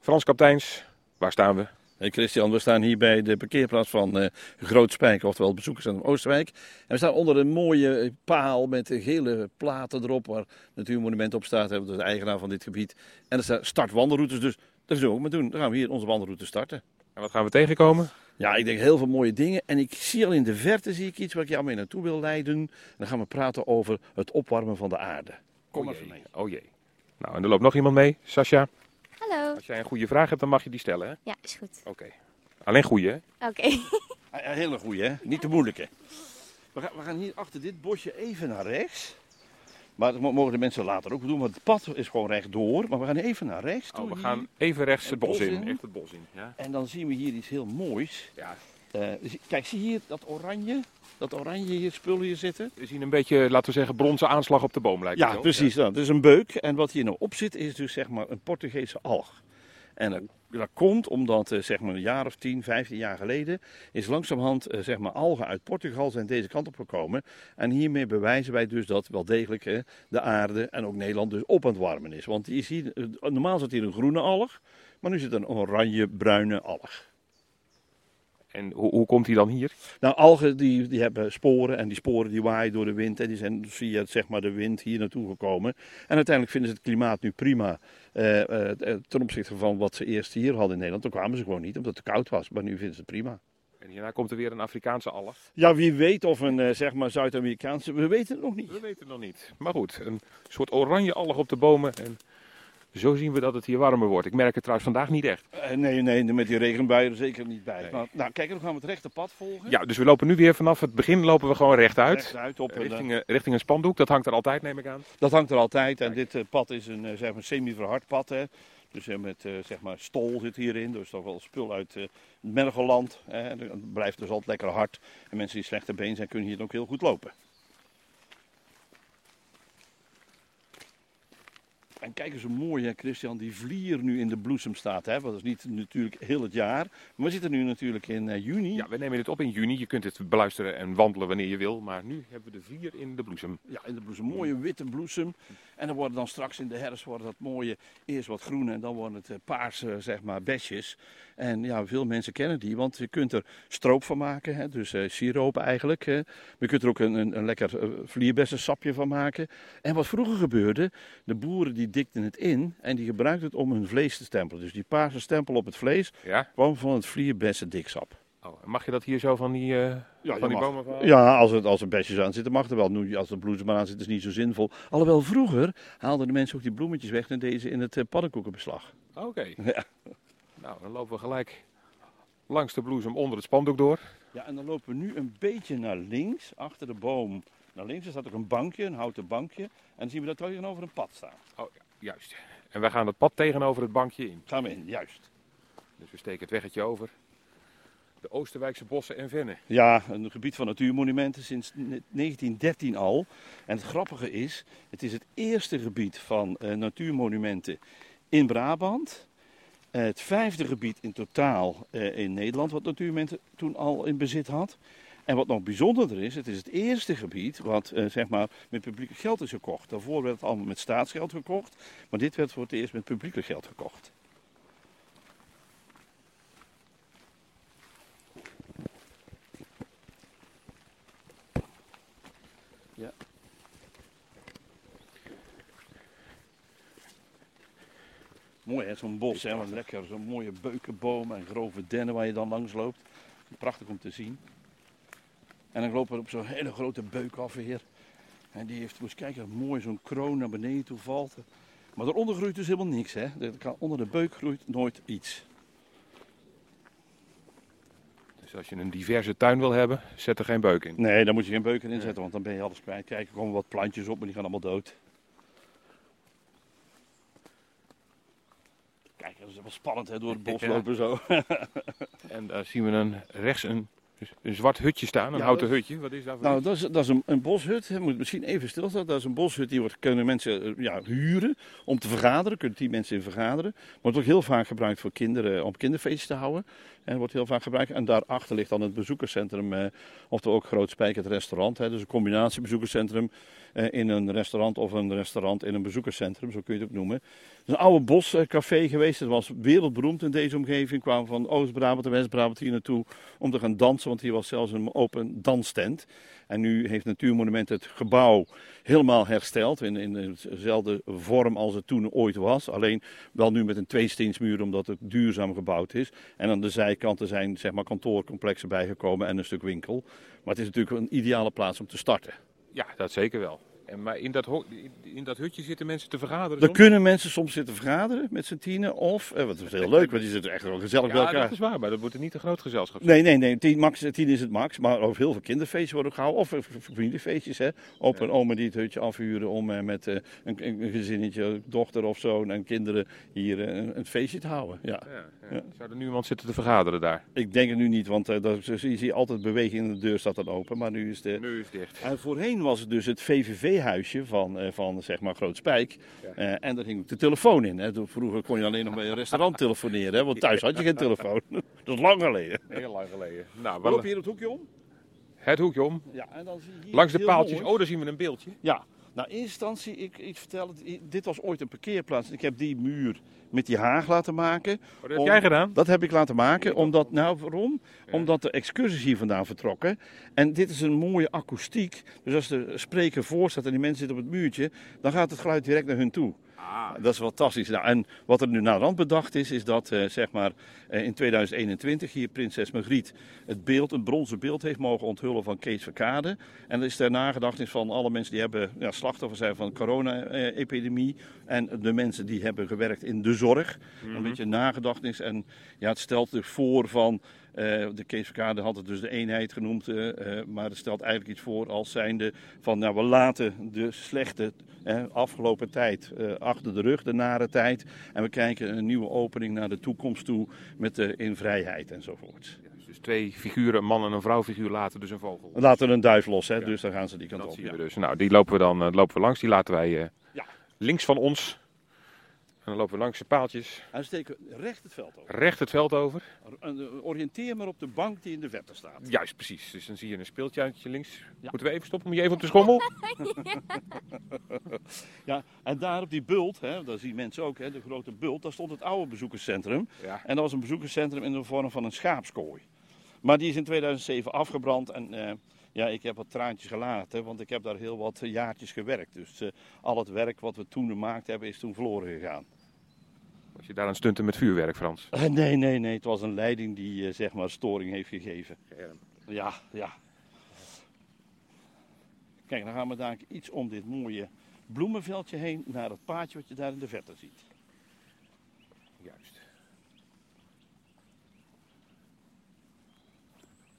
Frans Kapteins, waar staan we? Hey Christian, we staan hier bij de parkeerplaats van eh Groot Spijk, oftewel het bezoekerscentrum Oosterwijk. En we staan onder een mooie eh, paal met eh, gele platen erop, waar Natuurmonument op staat. hè, want Dat is de eigenaar van dit gebied. En er staan startwandelroutes, dus dat zullen we ook maar doen. Dan gaan we hier onze wandelroute starten. En wat gaan we tegenkomen? Ja, ik denk heel veel mooie dingen. En ik zie al in de verte zie ik iets waar ik jou mee naartoe wil leiden. En dan gaan we praten over het opwarmen van de aarde. Kom maar mee. Oh jee. Nou, en er loopt nog iemand mee, Sascha. Hallo. Als jij een goede vraag hebt, dan mag je die stellen, hè? Ja, is goed. Oké. Alleen goede, hè? Oké. Ah, ja, hele goeie, hè? Niet de moeilijke. We gaan, we gaan hier achter dit bosje even naar rechts. Maar dat mo- mogen de mensen later ook doen, want het pad is gewoon rechtdoor. Maar we gaan even naar rechts toe. Oh, we hier. gaan even rechts het Het bos bos in. in. Echt het bos in, ja. En dan zien we hier iets heel moois. Ja, Eh, zie- kijk, zie je hier dat oranje? Dat oranje hier, spul hier zitten? we zien een beetje, laten we zeggen, bronzen aanslag op de boom lijkt het Ja, wel. precies. Dat. Het is een beuk. En wat hier nou op zit, is dus zeg maar een Portugese alg. En dat, dat komt omdat eh, zeg maar een jaar of 10, 15 jaar geleden is langzamerhand eh, zeg maar algen uit Portugal zijn deze kant op gekomen. En hiermee bewijzen wij dus dat wel degelijk eh, de aarde en ook Nederland dus op aan het warmen is. Want je ziet, eh, normaal zit hier een groene alg, maar nu zit een oranje-bruine alg. En hoe, hoe komt hij dan hier? Nou, algen die, die hebben sporen en die sporen die waaien door de wind. En die zijn via zeg maar, de wind hier naartoe gekomen. En uiteindelijk vinden ze het klimaat nu prima eh, eh, ten opzichte van wat ze eerst hier hadden in Nederland. Toen kwamen ze gewoon niet omdat het te koud was, maar nu vinden ze het prima. En hierna komt er weer een Afrikaanse allig. Ja, wie weet of een eh, zeg maar Zuid-Amerikaanse, we weten het nog niet. We weten het nog niet. Maar goed, een soort oranje allig op de bomen. En zo zien we dat het hier warmer wordt. Ik merk het trouwens vandaag niet echt. Eh, nee, nee, met die regenbuien er zeker niet bij. Nee. Maar, nou, kijk, dan gaan we het rechte pad volgen. Ja, dus we lopen nu weer vanaf het begin lopen we gewoon rechtuit. Rechtuit op een, eh, Richting, eh, richting een spandoek. Dat hangt er altijd, neem ik aan. Dat hangt er altijd. En dit eh, pad is een, eh, zeg maar, semi-verhard pad. Hè. Dus eh, met eh, zeg maar, stol zit hierin. Dus toch wel spul uit eh Mergeland. Hè. En Het blijft dus altijd lekker hard. En mensen die slechte been zijn, kunnen hier ook heel goed lopen. En kijk eens hoe mooi, hè, Christian, die vlier nu in de bloesem staat. Hè? Want dat is niet natuurlijk heel het jaar. Maar we zitten nu natuurlijk in eh, juni. Ja, we nemen dit op in juni. Je kunt dit beluisteren en wandelen wanneer je wil. Maar nu hebben we de vier in de bloesem. Ja, in de bloesem. Mooie witte bloesem. En dan worden dan straks in de herfst worden dat mooie, eerst wat groene en dan worden het eh, paarse, zeg maar, besjes. En ja, veel mensen kennen die, want je kunt er stroop van maken, hè, dus eh, siroop eigenlijk. Hè. Maar je kunt er ook een, een, een lekker eh, vlierbessensapje van maken. En wat vroeger gebeurde, de boeren die dikten het in en die gebruikten het om hun vlees te stempelen. Dus die paarse stempel op het vlees Ja? kwam van het vlierbessendiksap. Oh, mag je dat hier zo van die, eh, Ja, van je die mag. bomen afhalen? Ja, als er, als er besjes aan zitten mag er wel. Nu, als er bloemen maar aan zitten is niet zo zinvol. Alhoewel vroeger haalden de mensen ook die bloemetjes weg en deden ze in het eh, paddenkoekenbeslag. Oké. Ja. Nou, dan lopen we gelijk langs de bloesem onder het spandoek door. ja, en dan lopen we nu een beetje naar links, achter de boom. Naar links er staat ook een bankje, een houten bankje. En dan zien we dat tegenover een pad staan. Oh, ja, juist. En wij gaan het pad tegenover het bankje in. Gaan we in, juist. Dus we steken het weggetje over. De Oosterwijkse bossen en vennen. Ja, een gebied van natuurmonumenten sinds ne- 1913 al. En het grappige is, het is het eerste gebied van eh, natuurmonumenten in Brabant. Eh, het vijfde gebied in totaal eh, in Nederland, wat natuurmonumenten toen al in bezit had. En wat nog bijzonderder is, het is het eerste gebied wat eh, zeg maar met publiek geld is gekocht. Daarvoor werd het allemaal met staatsgeld gekocht, maar dit werd voor het eerst met publiek geld gekocht. Mooi hè, zo'n bos, hè, wat lekker. Zo'n mooie beukenbomen en grove dennen waar je dan langs loopt. Prachtig om te zien. En dan lopen we op zo'n hele grote beuk af weer. En die heeft, moet je kijken, mooi zo'n kroon naar beneden toe valt. Maar daaronder groeit dus helemaal niks hè. Er kan- Onder de beuk groeit nooit iets. Dus als je een diverse tuin wil hebben, zet er geen beuk in. Nee, daar moet je geen beuken in zetten, want dan ben je alles kwijt. Kijk, er komen wat plantjes op, maar die gaan allemaal dood. Kijk, dat is wel spannend hè, door het bos Ja. lopen zo. En daar zien we een, rechts een Dus een zwart hutje staan, een Ja, houten dat- hutje. Wat is dat voor Nou, iets? dat is, dat is een, een boshut. hè. Moet misschien even stilstaan. Dat is een boshut die wordt, kunnen mensen eh, ja, huren om te vergaderen. Kunnen die mensen in vergaderen. Wordt ook heel vaak gebruikt voor kinderen eh, om kinderfeesten te houden. En wordt heel vaak gebruikt. En daarachter ligt dan het bezoekerscentrum, eh, oftewel ook Groot Spijk, het restaurant. Hè. Dus een combinatie bezoekerscentrum eh, in een restaurant of een restaurant in een bezoekerscentrum, zo kun je het ook noemen. Het is een oude boscafé geweest. Het was wereldberoemd in deze omgeving. Kwamen van Oost-Brabant en West-Brabant hier naartoe om te gaan dansen. Want hier was zelfs een open danstent. En nu heeft Natuurmonument het gebouw helemaal hersteld. In, in dezelfde vorm als het toen ooit was. Alleen wel nu met een tweesteensmuur, omdat het duurzaam gebouwd is. En aan de zijkanten zijn zeg maar, kantoorcomplexen bijgekomen en een stuk winkel. Maar het is natuurlijk een ideale plaats om te starten. Ja, dat zeker wel. En, maar in dat, ho- in- in dat hutje zitten mensen te vergaderen. Dan soms? kunnen mensen soms zitten vergaderen met z'n tienen. Of, eh, wat is heel leuk, want die zitten echt wel gezellig bij ja, elkaar. dat is waar, maar dat wordt er niet een groot gezelschap. Nee, nee, nee. Tien, max, tien is het max. Maar ook heel veel kinderfeestjes worden ook gehouden. Of eh, v- v- familiefeestjes. Hè. Op en oma die het hutje afhuren om eh, met eh, een, een een gezinnetje, dochter of zoon en kinderen hier eh, een, een feestje te houden. Ja. Ja, ja. Ja. Zou er nu iemand zitten te vergaderen daar? Ik denk het nu niet, want eh daar, zie je altijd beweging in de deur staat dan open. Maar nu is de, Nu is het dicht. en voorheen was het dus het VVV-huisje van, eh, van zeg maar Groot Spijk. Eh, en daar ging ook de telefoon in. Hè. Toen- Vroeger kon je alleen nog bij een restaurant telefoneren, hè, want thuis had je geen telefoon. Dat is lang geleden. Heel lang geleden. Nou, We wel lopen hier het hoekje om. het hoekje om. Ja, en dan zie je hier Langs de heel paaltjes. mooi- Oh, daar zien we een beeldje. Ja, nou in eerste instantie, ik, ik vertel het, i- dit was ooit een parkeerplaats. Ik heb die muur met die haag laten maken. Oh, dat heb Om- jij gedaan? Dat heb ik laten maken, omdat, nou waarom? Omdat de excursies hier vandaan vertrokken. En dit is een mooie akoestiek. Dus als de spreker voor staat en die mensen zitten op het muurtje, dan gaat het geluid direct naar hun toe. Ah. Dat is fantastisch. Nou, en wat er nu naar rand bedacht is, is dat eh, zeg maar, eh, in 2021 hier prinses Margriet het beeld, een bronzen beeld heeft mogen onthullen van Kees Verkade. En dat is ter nagedachtenis van alle mensen die hebben ja, slachtoffer zijn van de corona-epidemie. En de mensen die hebben gewerkt in de zorg. Een beetje nagedachtenis. En ja, het stelt er voor van. eh, de Kees Verkade had het dus de eenheid genoemd, eh, eh, maar het stelt eigenlijk iets voor als zijnde van nou, we laten de slechte eh, afgelopen tijd eh, achter de rug, de nare tijd, en we kijken een nieuwe opening naar de toekomst toe met de in vrijheid enzovoort. Dus twee figuren, een man en een vrouwfiguur later dus een vogel. We laten een duif los, hè, dus dan gaan ze die kant Dat op. zien we ja. dus. Nou, die lopen we dan eh, lopen we langs. Die laten wij eh, Ja. links van ons. En dan lopen we langs de paaltjes. En steken we recht het veld over. Recht het veld over. En eh, Oriënteer maar op de bank die in de verte staat. Juist, precies. Dus dan zie je een speeltuintje links. Moeten we even stoppen? Moet je even op de schommel? Ja, en daar op die bult, hè, daar zien mensen ook, hè, de grote bult, daar stond het oude bezoekerscentrum. Ja. En dat was een bezoekerscentrum in de vorm van een schaapskooi. Maar die is in 2007 afgebrand en eh, ja, ik heb wat traantjes gelaten, want ik heb daar heel wat eh, jaartjes gewerkt. Dus eh, al het werk wat we toen gemaakt hebben is toen verloren gegaan. Als je daar aan stunten met vuurwerk, Frans. Eh, nee, nee, nee, het was een leiding die eh, zeg maar storing heeft gegeven. Ja, ja. Kijk, dan gaan we daar iets om dit mooie bloemenveldje heen naar dat paadje wat je daar in de verte ziet. Juist.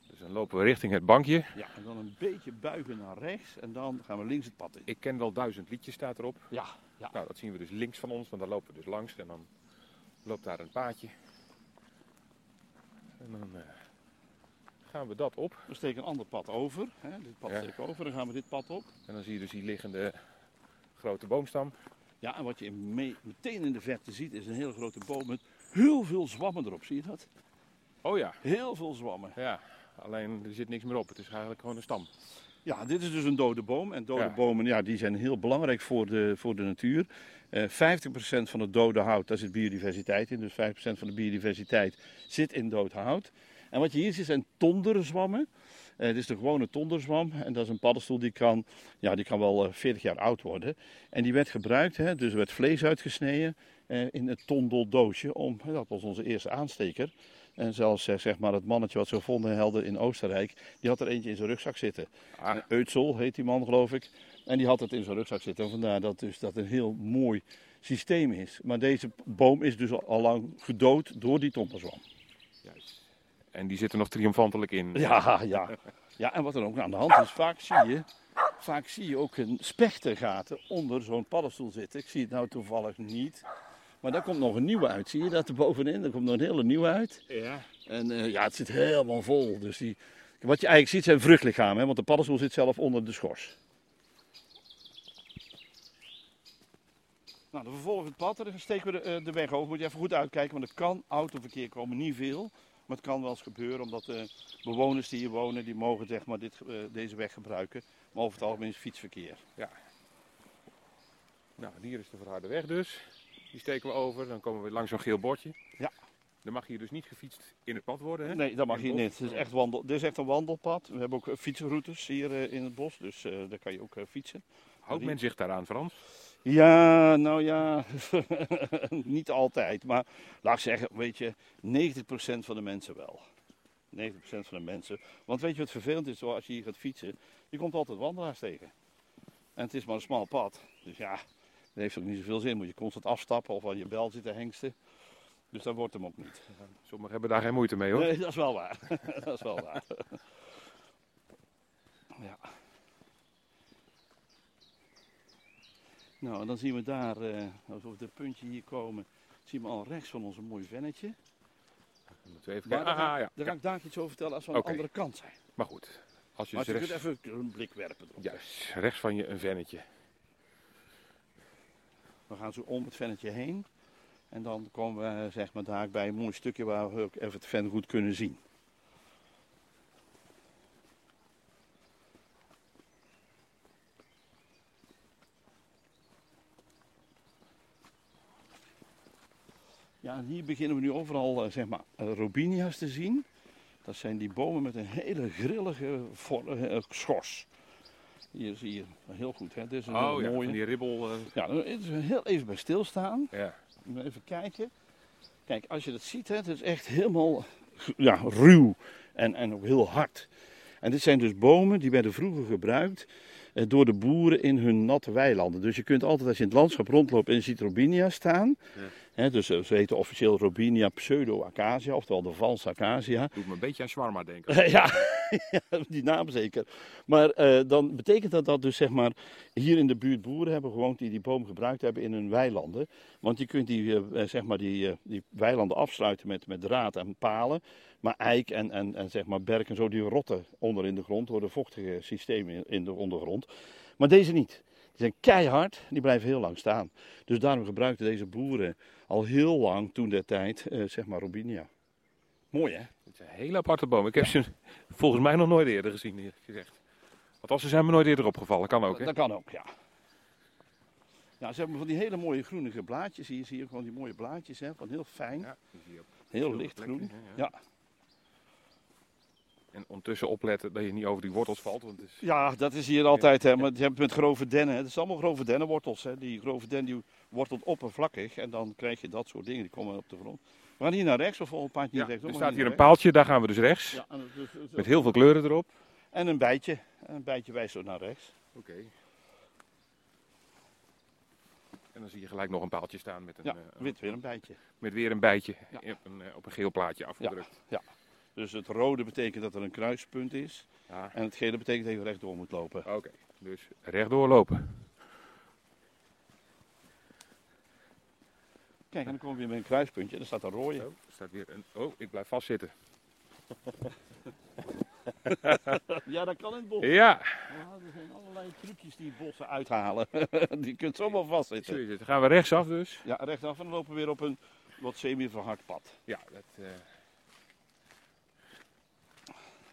Dus dan lopen we richting het bankje. Ja, en dan een beetje buigen naar rechts en dan gaan we links het pad in. Ik ken wel duizend liedjes, staat erop. Ja, ja. Nou, dat zien we dus links van ons, want daar lopen we dus langs. En dan loopt daar een paadje. En dan eh, gaan we dat op. We steken een ander pad over. Hè? Dit pad Ja. steek ik over, dan gaan we dit pad op. En dan zie je dus die liggende grote boomstam. Ja, en wat je me- meteen in de verte ziet is een hele grote boom met heel veel zwammen erop. Zie je dat? Oh ja, Heel veel zwammen. ja. Alleen er zit niks meer op. Het is eigenlijk gewoon een stam. Ja, dit is dus een dode boom. En dode Ja. bomen ja, die zijn heel belangrijk voor de, voor de natuur. Eh 50% van het dode hout, daar zit biodiversiteit in. Dus 5% van de biodiversiteit zit in dood hout. En wat je hier ziet zijn tonderzwammen. Eh dit is de gewone tonderzwam. En dat is een paddenstoel die kan, ja, die kan wel eh, 40 jaar oud worden. En die werd gebruikt, hè, dus er werd vlees uitgesneden eh, in het tondeldoosje. Om, dat was onze eerste aansteker. En zelfs eh, zeg maar, het mannetje wat ze gevonden hadden in Oostenrijk, die had er eentje in zijn rugzak zitten. Ah. Een Eutsel heet die man, geloof ik. En die had het in zijn rugzak zitten. En vandaar dat dus dat een heel mooi systeem is. Maar deze p- boom is dus al- al lang gedood door die tomperzwam. Juist. En die zitten nog triomfantelijk in. Ja, ja. Ja, en wat er ook aan de hand is, vaak zie je, vaak zie je ook een spechtergaten onder zo'n paddenstoel zitten. Ik zie het nou toevallig niet. Maar daar komt nog een nieuwe uit. Zie je dat er bovenin? Er komt nog een hele nieuwe uit. Ja. En eh, ja, het zit helemaal vol. Dus die Wat je eigenlijk ziet zijn vruchtlichamen, hè, want de paddenstoel zit zelf onder de schors. Nou, dan vervolgen we het pad en dan steken we de, eh, de weg over. Moet je even goed uitkijken, want er kan autoverkeer komen. Niet veel, maar het kan wel eens gebeuren. Omdat eh, bewoners die hier wonen, die mogen zeg maar, dit, eh, deze weg gebruiken. Maar over het algemeen is het fietsverkeer. Nou, hier is de verharde weg dus. Die steken we over. Dan komen we langs zo'n geel bordje. Ja. Dan mag hier dus niet gefietst in het pad worden. Hè? Nee, dat mag En hier bos. niet. Dit is, echt wandel, dit is echt een wandelpad. We hebben ook eh, fietsroutes hier eh, in het bos, dus eh, daar kan je ook eh, fietsen. Houdt men zich daaraan, Frans? Ja, nou ja, niet altijd. Maar laat ik zeggen, weet je, 90% van de mensen wel. 90% van de mensen. Want weet je wat vervelend is hoor, als je hier gaat fietsen? Je komt altijd wandelaars tegen. En het is maar een smal pad. Dus ja, dat heeft ook niet zoveel zin. Moet je constant afstappen of aan je bel zitten hengsten. Dus dat wordt hem ook niet. Sommigen hebben daar geen moeite mee hoor. Nee, dat is wel waar. dat is wel waar. ja. Nou, en dan zien we daar, eh, als we op dit puntje hier komen, zien we al rechts van ons een mooi vennetje. Dan moeten we even Maar kijken. daar, ga, Ah, ja. daar ga ja. ik daar iets over vertellen als we aan Oké. de andere kant zijn. Maar goed, als je maar dus je kunt rechts, even een blik werpen erop. juist, rechts van je een vennetje. We gaan zo om het vennetje heen. En dan komen we eh, zeg maar, daar bij een mooi stukje waar we ook even het ven goed kunnen zien. Ja, en hier beginnen we nu overal eh, zeg maar, eh, robinia's te zien. Dat zijn die bomen met een hele grillige vor- eh, schors. Hier zie je heel goed, hè? Dit is een hele Oh, ja, mooie. van die ribbel. eh, Ja, dan moeten we heel even bij stilstaan. ja. Even kijken. Kijk, als je dat ziet, hè, het is echt helemaal ja, ruw en, en ook heel hard. En dit zijn dus bomen die werden vroeger gebruikt eh, door de boeren in hun natte weilanden. Dus je kunt altijd als je in het landschap rondloopt en je ziet Robinia staan. Ja. Hè, dus eh, ze heten officieel Robinia pseudo-acacia, oftewel de valse acacia. Doet me een beetje aan shawarma denken. Ja, ja, die naam zeker. Maar eh, dan betekent dat dat dus zeg maar hier in de buurt boeren hebben gewoond die die boom gebruikt hebben in hun weilanden. Want je kunt die, eh, eh, zeg maar die, eh, die weilanden afsluiten met, met draad en palen. Maar eik en, en, en zeg maar berk en zo die rotten onder in de grond door de vochtige systemen in- in de ondergrond. Maar deze niet. Die zijn keihard, die blijven heel lang staan. Dus daarom gebruikten deze boeren al heel lang toen der tijd eh, zeg maar robinia. Mooi hè? Het is een hele aparte boom. Ik heb ze volgens mij nog nooit eerder gezien, eerlijk gezegd. Althans, ze zijn me nooit eerder opgevallen. Kan ook, hè? Dat kan ook, ja. Ja, ze hebben van die hele mooie groenige blaadjes. Hier zie je gewoon die mooie blaadjes, hè. Van heel fijn, Ja, die zie je op heel verschillende lichtgroen. plekken, hè, ja. Ja. En ondertussen opletten dat je niet over die wortels valt. Want het is... ja, dat is hier altijd, hè. Maar je hebt met grove dennen, hè. Het is allemaal grove dennenwortels, hè. Die grove den die wortelt oppervlakkig. En dan krijg je dat soort dingen, die komen op de grond. We gaan hier naar rechts, of een Ja, paardje naar rechts. er hoor, staat maar hier een naar paaltje, daar gaan we dus rechts. rechts. Ja, en, dat is- dat is Met ook- heel veel kleuren erop. en een bijtje. Een bijtje wijst zo naar rechts. Oké. En dan zie je gelijk nog een paaltje staan met, een, Ja, eh, een- wit weer een bijtje. met weer een bijtje Ja. op, een, eh, op een geel plaatje afgedrukt. Dus het rode betekent dat er een kruispunt is. Ja. En het gele betekent dat je rechtdoor moet lopen. Oké, dus rechtdoor lopen. Kijk, en dan kom je weer met een kruispuntje en dan staat een rode. Oh, er staat weer een... oh, ik blijf vastzitten. Ja, dat kan in het bos. Ja, Ja, er zijn allerlei trucjes die bossen uithalen. die kunt zomaar zo vastzitten. is het. Dan gaan we rechtsaf dus. Ja, rechtaf en dan lopen we weer op een wat semi-verhard pad. Ja, dat, eh,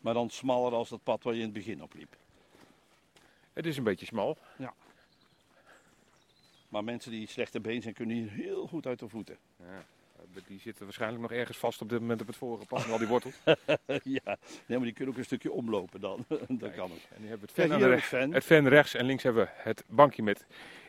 Maar dan smaller als dat pad waar je in het begin op liep. het is een beetje smal. Maar mensen die slechte been zijn, kunnen hier heel goed uit de voeten. Ja. Eh, Die zitten waarschijnlijk nog ergens vast op dit moment op het vorige pad met al die wortels. ja, nee, maar die kunnen ook een stukje omlopen dan. dat kan ook. En nu hebben we het Kijk, ven aan hier de het rechts. fan. Hm? Het ven rechts en links hebben we het bankje met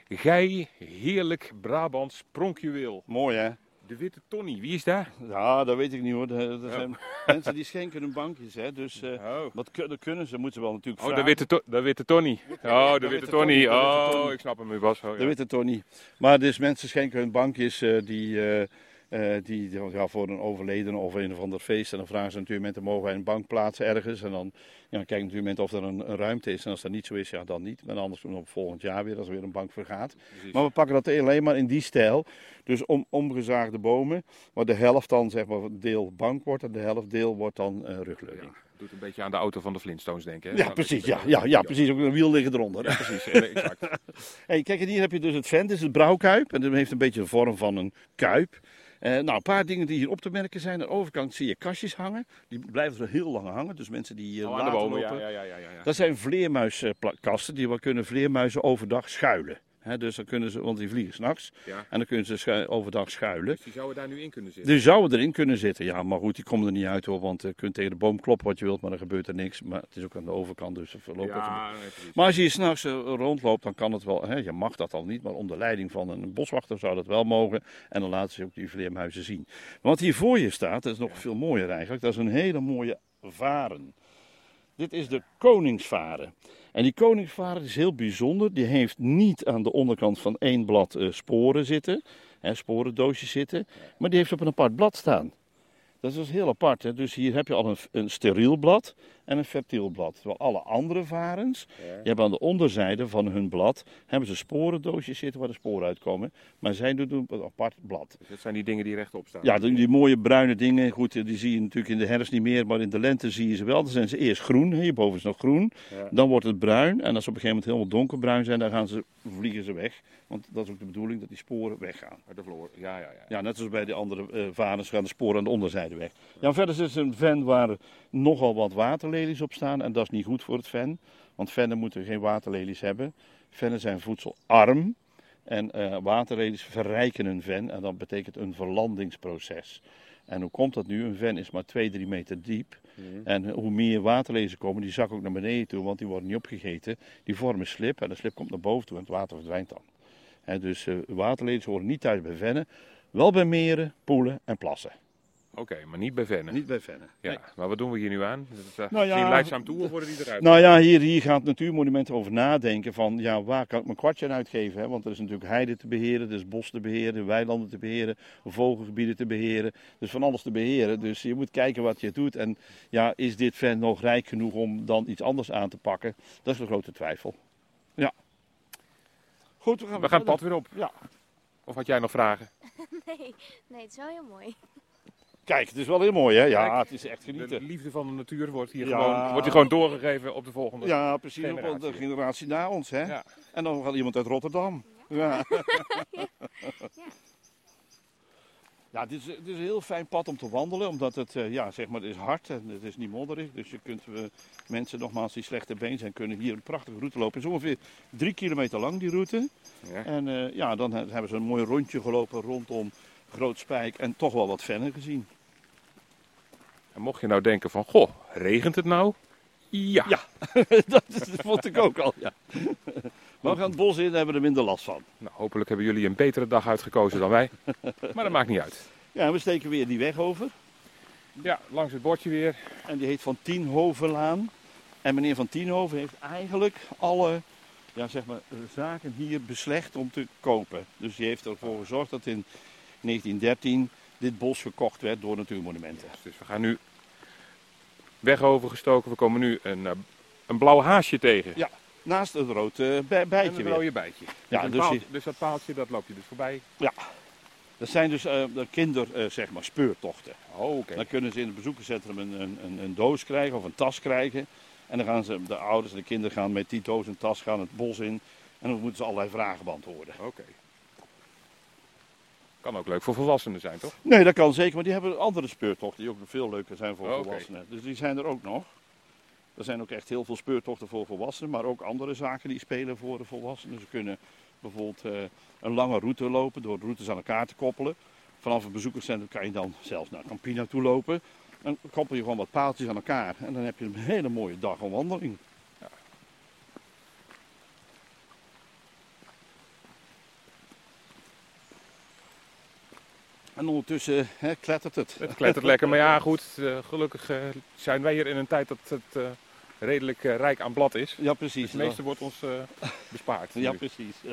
gij, heerlijk Brabants pronkjuweel. Mooi hè? De witte Tony, wie is daar? Ja, dat weet ik niet hoor. Er Ja. er zijn mensen die schenken hun bankjes hè. Dus eh, Oh. wat kun- dat kunnen ze, moeten ze wel natuurlijk Oh, de vragen. witte, to- de witte Tony. Oh, de, witte Tony. de witte Oh, Tony. ik snap hem nu, Bas. Oh, Dat ja. weet het toch niet. Maar dus mensen schenken hun bankjes eh, die, eh, eh, die die- ja, voor een overledene of een of ander feest. En dan vragen ze natuurlijk mensen, mogen wij een bank plaatsen ergens? En dan, ja, dan kijken natuurlijk mensen of er een, een ruimte is. En als dat niet zo is, ja dan niet. Maar anders doen we op volgend jaar weer, als er weer een bank vergaat. Precies. Maar we pakken dat alleen maar in die stijl. Dus om, omgezaagde bomen, waar de helft dan zeg maar deel bank wordt en de helft deel wordt dan eh rugleuning. Ja. Doet een beetje aan de auto van de Flintstones denken. Hè? Ja, Maar- precies. Ja, ja, ja, precies. Ook een wiel liggen eronder. Ja, precies. eh, exact. Hey, kijk, en hier heb je dus het vent, dit is het brouwkuip. En dat heeft een beetje de vorm van een kuip. Eh, nou, een paar dingen die hier op te merken zijn. Aan de overkant zie je kastjes hangen. Die blijven er heel lang hangen. Dus mensen die hier Oh, aan de later bomen, ja. lopen. ja, ja, ja, ja, ja. Dat zijn vleermuiskasten. Die wel kunnen vleermuizen overdag schuilen. Hè, dus dan kunnen ze, want die vliegen s'nachts. Ja. En dan kunnen ze schu- overdag schuilen. Dus die zouden daar nu in kunnen zitten. Die zouden erin kunnen zitten. Ja, maar goed, die komen er niet uit hoor. Want eh, je kunt tegen de boom kloppen wat je wilt, maar dan gebeurt er niks. Maar het is ook aan de overkant, dus er verlopen ja, nee, precies. maar als je hier s'nachts eh, rondloopt, dan kan het wel. Hè, je mag dat al niet, maar onder leiding van een boswachter zou dat wel mogen. En dan laten ze ook die vleermuizen zien. Maar wat hier voor je staat, dat is nog veel mooier eigenlijk. Dat is een hele mooie varen. Dit is de koningsvaren. En die koningsvaren is heel bijzonder. Die heeft niet aan de onderkant van één blad eh, sporen zitten, hè, sporendoosjes zitten. Maar die heeft op een apart blad staan. Dat is dus heel apart. Hè? Dus hier heb je al een, een steriel blad en een fertiel blad. Terwijl alle andere varens, die hebben aan de onderzijde van hun blad, hebben ze sporendoosjes zitten waar de sporen uitkomen. Maar zij doen het op een apart blad. Dus dat zijn die dingen die rechtop staan. Ja, die, die mooie bruine dingen, goed, die zie je natuurlijk in de herfst niet meer, maar in de lente zie je ze wel. Dan zijn ze eerst groen, hè, hierboven is nog groen, Ja. dan wordt het bruin. En als ze op een gegeven moment helemaal donkerbruin zijn, dan gaan ze, vliegen ze weg. Want dat is ook de bedoeling, dat die sporen weggaan. Uit de vloer. Ja, ja, ja. Ja, net zoals bij de andere eh, varens gaan de sporen aan de onderzijde weg. Ja, verder is het een ven waar nogal wat waterlelies op staan. En dat is niet goed voor het ven. Want vennen moeten geen waterlelies hebben. Vennen zijn voedselarm. En eh, waterlelies verrijken een ven. En dat betekent een verlandingsproces. En hoe komt dat nu? Een ven is maar 2, 3 meter diep. En hoe meer waterlelies er komen, die zakken ook naar beneden toe. Want die worden niet opgegeten. Die vormen slip. En de slip komt naar boven toe. En het water verdwijnt dan. Hè, dus eh waterlelies horen niet thuis bij vennen. Wel bij meren, poelen en plassen. Oké, maar niet bij vennen. Niet bij vennen. Ja, maar wat doen we hier nu aan? eh, Zien Nou ja, leidzaam toe of worden die eruit? Nou ja, hier, hier gaat Natuurmonumenten over nadenken van ja, waar kan ik mijn kwartje aan uitgeven? Hè? Want er is natuurlijk heide te beheren, er is bos te beheren, weilanden te beheren, vogelgebieden te beheren. Dus van alles te beheren. Dus je moet kijken wat je doet. En ja, is dit ven nog rijk genoeg om dan iets anders aan te pakken? Dat is de grote twijfel. Ja. Goed, we gaan, we gaan het pad weer op. Ja. Of had jij nog vragen? Nee, nee, het is wel heel mooi. Kijk, het is wel heel mooi hè? Ja, Kijk, het is echt De genieten. liefde van de natuur wordt hier, Ja. gewoon, wordt hier gewoon doorgegeven op de volgende. Ja, precies. Op de Generatie. generatie na ons hè. Ja. En dan gaat iemand uit Rotterdam. Ja. ja. dit, is, dit is een heel fijn pad om te wandelen, omdat het, eh, ja, zeg maar, het is hard en het is niet modderig. Dus je kunt eh, mensen, nogmaals, die slechte been zijn, kunnen hier een prachtige route lopen. Het is ongeveer drie kilometer lang, die route. Ja. En eh, ja, dan he- hebben ze een mooi rondje gelopen rondom Groot Spijk en toch wel wat vennen gezien. En mocht je nou denken van, goh, regent het nou? Ja. Ja. dat, is- dat vond ik ook al, ja. maar we gaan het bos in en hebben er minder last van. Nou, hopelijk hebben jullie een betere dag uitgekozen dan wij. maar dat maakt niet uit. Ja, we steken weer die weg over. Ja, langs het bordje weer. En die heet Van Tienhovenlaan. En meneer Van Tienhoven heeft eigenlijk alle ja, zeg maar, eh, zaken hier beslecht om te kopen. Dus die heeft ervoor gezorgd dat in 1913 dit bos gekocht werd door Natuurmonumenten. Dus we gaan nu weg overgestoken. We komen nu een, eh, een blauw haasje tegen. Ja, naast het rode en bijtje een weer. rode bijtje. Ja, dus, een dus paaltje- je- dus dat paaltje, dat loop je dus voorbij. Ja. Dat zijn dus eh, de kinder, eh, zeg maar, speurtochten. Oh, oké. Dan kunnen ze in het bezoekerscentrum een, een, een, een doos krijgen of een tas krijgen. En dan gaan ze, de ouders en de kinderen gaan met die doos en tas gaan het bos in. En dan moeten ze allerlei vragen beantwoorden. Oké. Kan ook leuk voor volwassenen zijn, toch? Nee, dat kan zeker, maar die hebben andere speurtochten die ook nog veel leuker zijn voor Oh, oké. volwassenen. Dus die zijn er ook nog. Er zijn ook echt heel veel speurtochten voor volwassenen, maar ook andere zaken die spelen voor de volwassenen. Ze kunnen bijvoorbeeld eh, een lange route lopen door routes aan elkaar te koppelen. Vanaf het bezoekerscentrum kan je dan zelfs naar Campina toe lopen. Dan koppel je gewoon wat paaltjes aan elkaar en dan heb je een hele mooie dag aan wandeling. En ondertussen hè, klettert het. Het klettert lekker, maar ja, goed. eh, gelukkig eh, zijn wij hier in een tijd dat het eh, redelijk eh, rijk aan blad is. Ja, precies. Het meeste wordt ons eh, bespaard. Ja, nu. precies.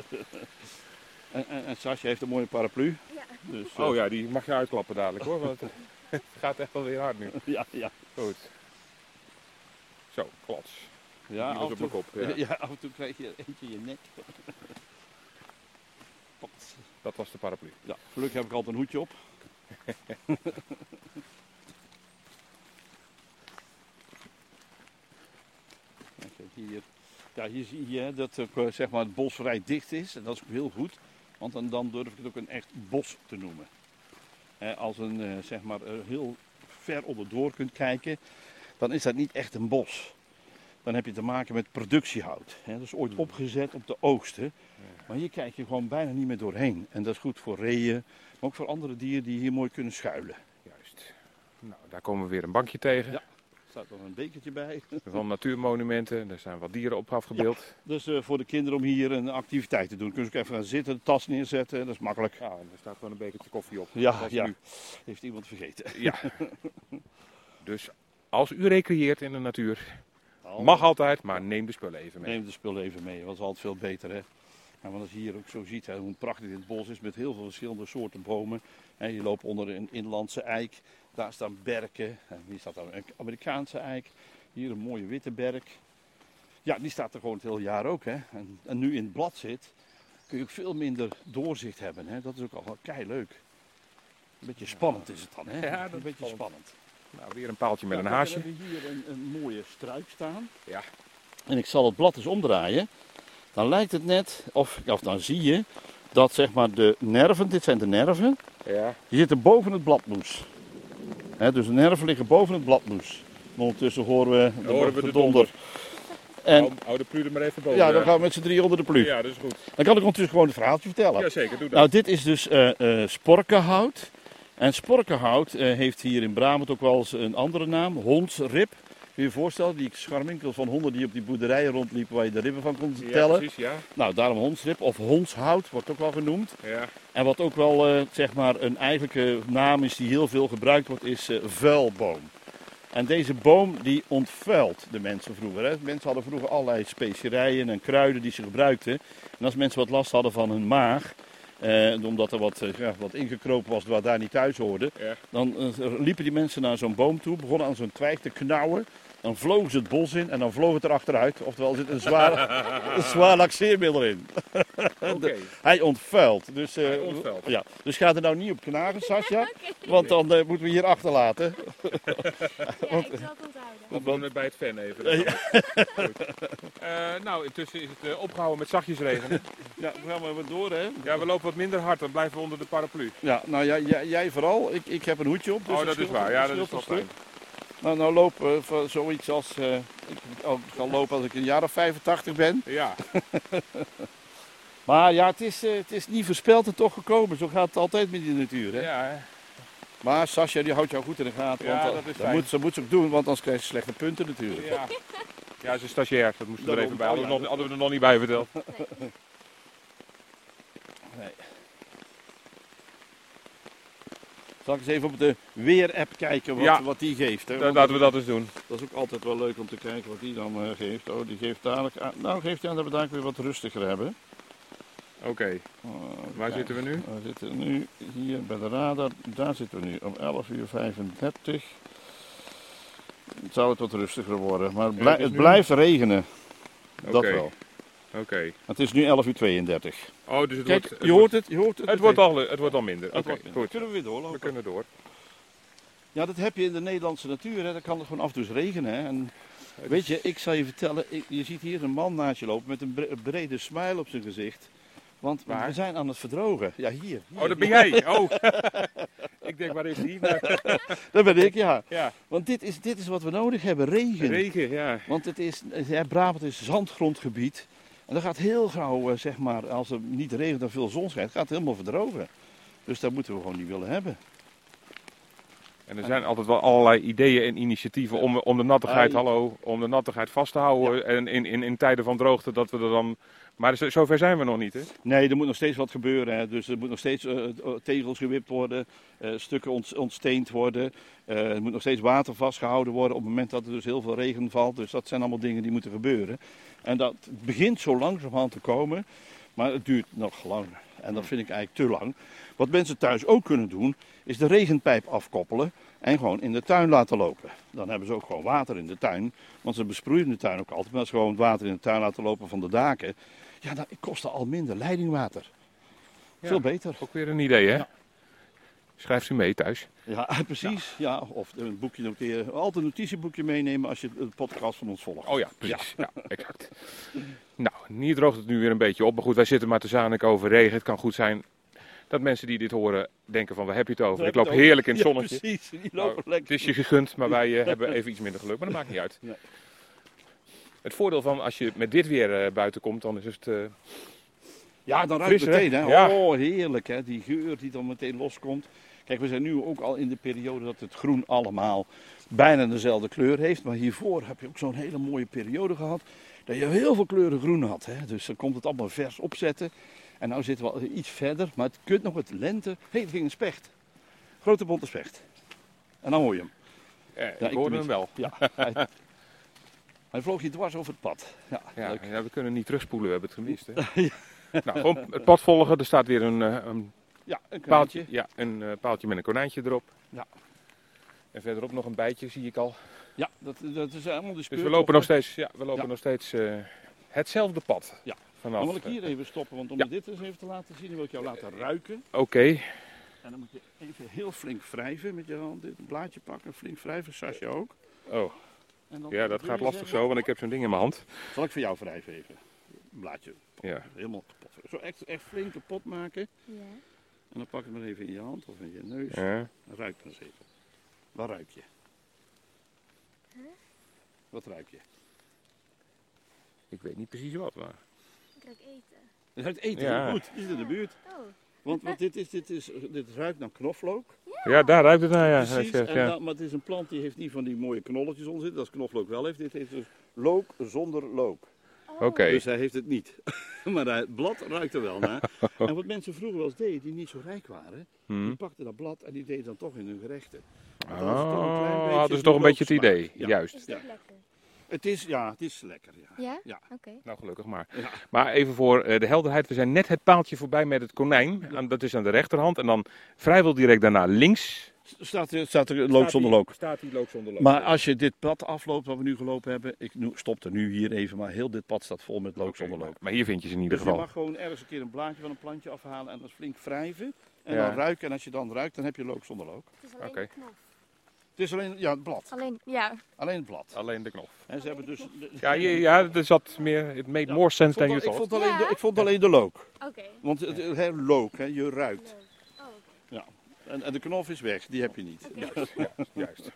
en, en, en Sasje heeft een mooie paraplu. Ja. Dus, eh, Oh ja, die mag je uitklappen dadelijk hoor, want het gaat echt wel weer hard nu. eh, ja, ja. Goed. Zo, klats. Ja, Die was op mijn kop. Ja. Ja. af en toe krijg je eentje in je nek. Pot. Dat was de paraplu. Ja, gelukkig heb ik altijd een hoedje op. Ja, hier zie je dat ook, eh, zeg maar, het bos vrij dicht is. En dat is ook heel goed, want dan, dan durf ik het ook een echt bos te noemen. Eh, als een, eh, zeg maar, eh, heel ver onderdoor kunt kijken, dan is dat niet echt een bos. Dan heb je te maken met productiehout. Hè. Dat is ooit opgezet op de oogsten. Maar hier kijk je gewoon bijna niet meer doorheen. En dat is goed voor reeën, maar ook voor andere dieren die hier mooi kunnen schuilen. Juist. Nou, daar komen we weer een bankje tegen. Ja. Er staat nog een bekertje bij. Van natuurmonumenten. Daar zijn wat dieren op afgebeeld. Dus eh, voor de kinderen om hier een activiteit te doen. Kunnen ze ook even gaan zitten, de tas neerzetten, dat is makkelijk. Ja, en er staat gewoon een bekertje koffie op. Ja, Zoals ja. nu. Heeft iemand vergeten. ja. Dus als u recreëert in de natuur, Al- mag altijd, maar neem de spullen even mee. Neem de spullen even mee, dat is altijd veel beter hè. En want als je hier ook zo ziet hè, hoe prachtig dit bos is met heel veel verschillende soorten bomen. En je loopt onder een inlandse eik, daar staan berken. En hier staat dan een Amerikaanse eik, hier een mooie witte berk. Ja, die staat er gewoon het hele jaar ook hè. En, en nu in het blad zit, kun je ook veel minder doorzicht hebben hè. Dat is ook al kei leuk. Een beetje spannend is het dan hè. Ja, dat is een beetje spannend. spannend. Nou, weer een paaltje met Ja, een kijk, haasje. We hebben hier een, een mooie struik staan. Ja. En ik zal het blad eens omdraaien. Dan lijkt het net, of, of dan zie je, dat zeg maar de nerven, dit zijn de nerven, Ja. die zitten boven het bladmoes. Hè, dus de nerven liggen boven het bladmoes. En ondertussen horen we de, horen we de gedonder. En Hou de prude maar even boven. ja, dan gaan we met z'n drie onder de plu. Ja, dat is goed. Dan kan ik ondertussen gewoon het verhaaltje vertellen. Jazeker, doe dat. Nou, dit is dus eh, eh, sporkenhout. En sporkenhout eh, heeft hier in Brabant ook wel eens een andere naam, hondsrib. Kun je je voorstellen, die scharminkel van honden die op die boerderijen rondliepen waar je de ribben van kon ja, tellen. precies, ja. Nou, daarom hondsrib of hondshout wordt ook wel genoemd. ja. En wat ook wel eh, zeg maar een eigenlijke naam is die heel veel gebruikt wordt, is eh, vuilboom. En deze boom die ontvuilt de mensen vroeger. Hè. Mensen hadden vroeger allerlei specerijen en kruiden die ze gebruikten. En als mensen wat last hadden van hun maag, eh, omdat er wat, eh, ja, wat ingekropen was wat daar niet thuis hoorde, Ja. dan eh, liepen die mensen naar zo'n boom toe, begonnen aan zo'n twijg te knauwen. Dan vlogen ze het bos in en dan vloog het erachteruit. Oftewel, er zit een zwaar, een zwaar laxeermiddel in. Oké. Hij ontvuilt. Dus, eh, Hij ontvuilt. Ja. dus ga er nou niet op knagen, Sascha. Want dan eh, moeten we hier achterlaten. Ja, ik zal het onthouden. Dan doen we het bij het fan even. Goed. Eh, nou, intussen is het eh, opgehouden met zachtjes regenen. Ja, we gaan maar weer door, hè? Ja, we lopen wat minder hard, dan blijven we onder de paraplu. Ja, nou ja, jij, jij vooral. Ik, ik heb een hoedje op. Dus oh, dat scheelt- is waar. Ja, dat scheelt is wel een stuk. fijn. Nou, nou lopen van zoiets als. eh, ik al- kan lopen als ik een jaar of 85 ben. Ja, Maar ja, het is, eh, het is niet voorspeld en toch gekomen. Zo gaat het altijd met die natuur, hè? ja, hè. Maar Sascha, die houdt jou goed in de gaten. Ja, want dat is dat fijn. moet, dat moet ze ook doen, want anders krijg je slechte punten natuurlijk. ja. Ja, ze is stagiair, dat moesten we er Daarom. even bij. Oh, Hadden, we ja. nog- hadden we er nog niet bij verteld. Zal ik eens even op de weer-app kijken wat, Ja. wat die geeft. Hè? Dan Want laten we dat eens doen. dat is ook altijd wel leuk om te kijken wat die dan eh, geeft. Oh, die geeft dadelijk aan. Nou, geeft hij aan dat we dadelijk weer wat rustiger hebben. Oké, Oh, waar kijk. zitten we nu? We zitten nu hier bij de radar. Daar zitten we nu om 11.35 uur. 35. Het zou het wat rustiger worden. Maar het, blij- het is het nu- blijft regenen. Dat Oké. wel. Oké. Het is nu 11.32 uur. 32. Oh, dus het Kijk, wordt... je hoort het. Je hoort het Het wordt, al, het wordt al minder. Oké, Oké, goed. Kunnen we weer We doorlopen? kunnen door. Ja, dat heb je in de Nederlandse natuur. Hè. Dat kan er gewoon af en toe eens regenen. Hè. En weet je, ik zal je vertellen. ik- je ziet hier een man naast je lopen met een bre- een brede smile op zijn gezicht. Want Waar? we zijn aan het verdrogen. Ja, hier. Oh, dat ben jij. Oh. Ik denk, waar is die? Maar- Dat ben ik, ja. Ja, Want dit is, dit is wat we nodig hebben, regen. regen, ja. Want het is, ja, Brabant is zandgrondgebied. En dat gaat heel gauw, eh, zeg maar, als er niet regent en veel zon schijnt, gaat het helemaal verdrogen. Dus dat moeten we gewoon niet willen hebben. En er zijn altijd wel allerlei ideeën en initiatieven om, om de nattigheid, Ai. hallo, om de nattigheid vast te houden. En in, in, in tijden van droogte dat we er dan... Maar zo- zover zijn we nog niet, hè? Nee, er moet nog steeds wat gebeuren. Hè. Dus er moet nog steeds eh, eh, tegels gewipt worden, eh, stukken ont- ontsteend worden. Eh, er moet nog steeds water vastgehouden worden op het moment dat er dus heel veel regen valt. Dus dat zijn allemaal dingen die moeten gebeuren. En dat begint zo langzamerhand te komen, maar het duurt nog lang. En dat vind ik eigenlijk te lang. Wat mensen thuis ook kunnen doen, is de regenpijp afkoppelen en gewoon in de tuin laten lopen. Dan hebben ze ook gewoon water in de tuin, want ze besproeien de tuin ook altijd. Maar als ze gewoon het water in de tuin laten lopen van de daken, ja, dat kostte al minder leidingwater. Ja. Veel beter. Ook weer een idee, hè? Schrijf ze mee thuis. Ja, precies. Ja. of een boekje noteren. Altijd een notitieboekje meenemen als je de podcast van ons volgt. Oh ja, precies. Ja, exact. Nou, hier droogt het nu weer een beetje op. Maar goed, wij zitten maar te zaniken over regen. Het kan goed zijn dat mensen die dit horen denken van, waar heb je het over? Daar Ik heb loop je heerlijk in het Ja, zonnetje. precies, die Nou, lopen lekker. Het is je gegund, maar wij eh, hebben even iets minder geluk. Maar dat maakt niet uit. Nee. Het voordeel van als je met dit weer eh, buiten komt, dan is het... eh, Ja, dan ruikt het Fris, hè? meteen, hè? Ja. Oh, heerlijk, hè? Die geur die dan meteen loskomt. Kijk, we zijn nu ook al in de periode dat het groen allemaal bijna dezelfde kleur heeft. Maar hiervoor heb je ook zo'n hele mooie periode gehad. Dat je heel veel kleuren groen had. Hè? Dus dan komt het allemaal vers opzetten. En nou zitten we al iets verder. Maar het kunt nog wat lente. Hé, hey, er ging een specht. Grote bonte specht. En dan hoor je hem. eh, Ja, ik ik hoorde mis- hem wel. Ja, hij, hij vloog je dwars over het pad. Ja, Ja, leuk. ja, we kunnen niet terugspoelen, we hebben het gemist. Hè? nou, gewoon het pad volgen. Er staat weer een, eh, een Ja, een paaltje, kraaltje. ja, een eh, paaltje met een konijntje erop. Ja. En verderop nog een bijtje, zie ik al. Ja, dat, dat is allemaal de Dus we lopen nog steeds, ja, we lopen Ja. nog steeds eh, hetzelfde pad. Ja. Vanaf. eh, Dan wil ik hier even stoppen, want om Ja. dit eens even te laten zien, wil ik jou laten ruiken. Oké, En dan moet je even heel flink wrijven met je hand. Dit blaadje pakken, flink wrijven, Sasje ook. oh, En dan ja, dat wil je gaat lastig zeggen- zo, want ik heb zo'n ding in mijn hand. Zal ik voor jou wrijven even? Blaadje, Ja. helemaal kapot. Zo echt, echt flink kapot maken. Ja. En dan pak het maar even in je hand of in je neus. Ja. En Ruik dan eens even. Waar ruik je? Wat ruik je? Ik weet niet precies wat, maar... Ik ruik eten. Het ruikt eten, Ja. goed, is in de buurt. Oh, Want, want dit, is, dit, is, dit ruikt naar knoflook. Ja, daar ruikt het naar, ja. Precies, Dat is, en ja. dan- maar het is een plant die heeft niet van die mooie knolletjes onder zitten, als knoflook wel heeft. Dit heeft dus look zonder look. oh. Oké, Dus hij heeft het niet. maar hij- het blad ruikt er wel naar. en wat mensen vroeger wel eens deden, die niet zo rijk waren, Hm. die pakten dat blad en die deden dan toch in hun gerechten. Want dan is het toch een klein Oh, beetje hadden ze die toch een beetje het rooksmaak. idee, Ja. juist. Is dit Ja. lekker? Het is, ja, het is lekker, ja. Ja? Ja. Oké. Nou, gelukkig maar. Ja. Maar even voor eh, de helderheid. We zijn net het paaltje voorbij met het konijn. Aan- dat is aan de rechterhand. En dan vrijwel direct daarna links. Staat er, staat er look zonder look. Staat die loop zonder loop. Maar als je dit pad afloopt wat we nu gelopen hebben, ik no- stop er nu hier even, maar heel dit pad staat vol met look zonder look. Maar hier vind je ze in ieder Dus je geval. mag gewoon ergens een keer een blaadje van een plantje afhalen en dat flink wrijven. En Ja. dan ruiken. En als je dan ruikt, dan heb je look zonder look. Het is alleen Oké. een knof. Het is alleen ja, het blad. Alleen, ja. Alleen het blad. Alleen de knop. En ze hebben dus... de- Ja, je- ja, er zat meer. It made more Ik sense vond dan al- je ik, thought. vond alleen de, Ja. ik vond alleen de look. Oké. Want het, het, hè, look, hè, je ruikt. Leuk. Oh, oké. En, en de knof is weg, die heb je niet. Oké. Juist.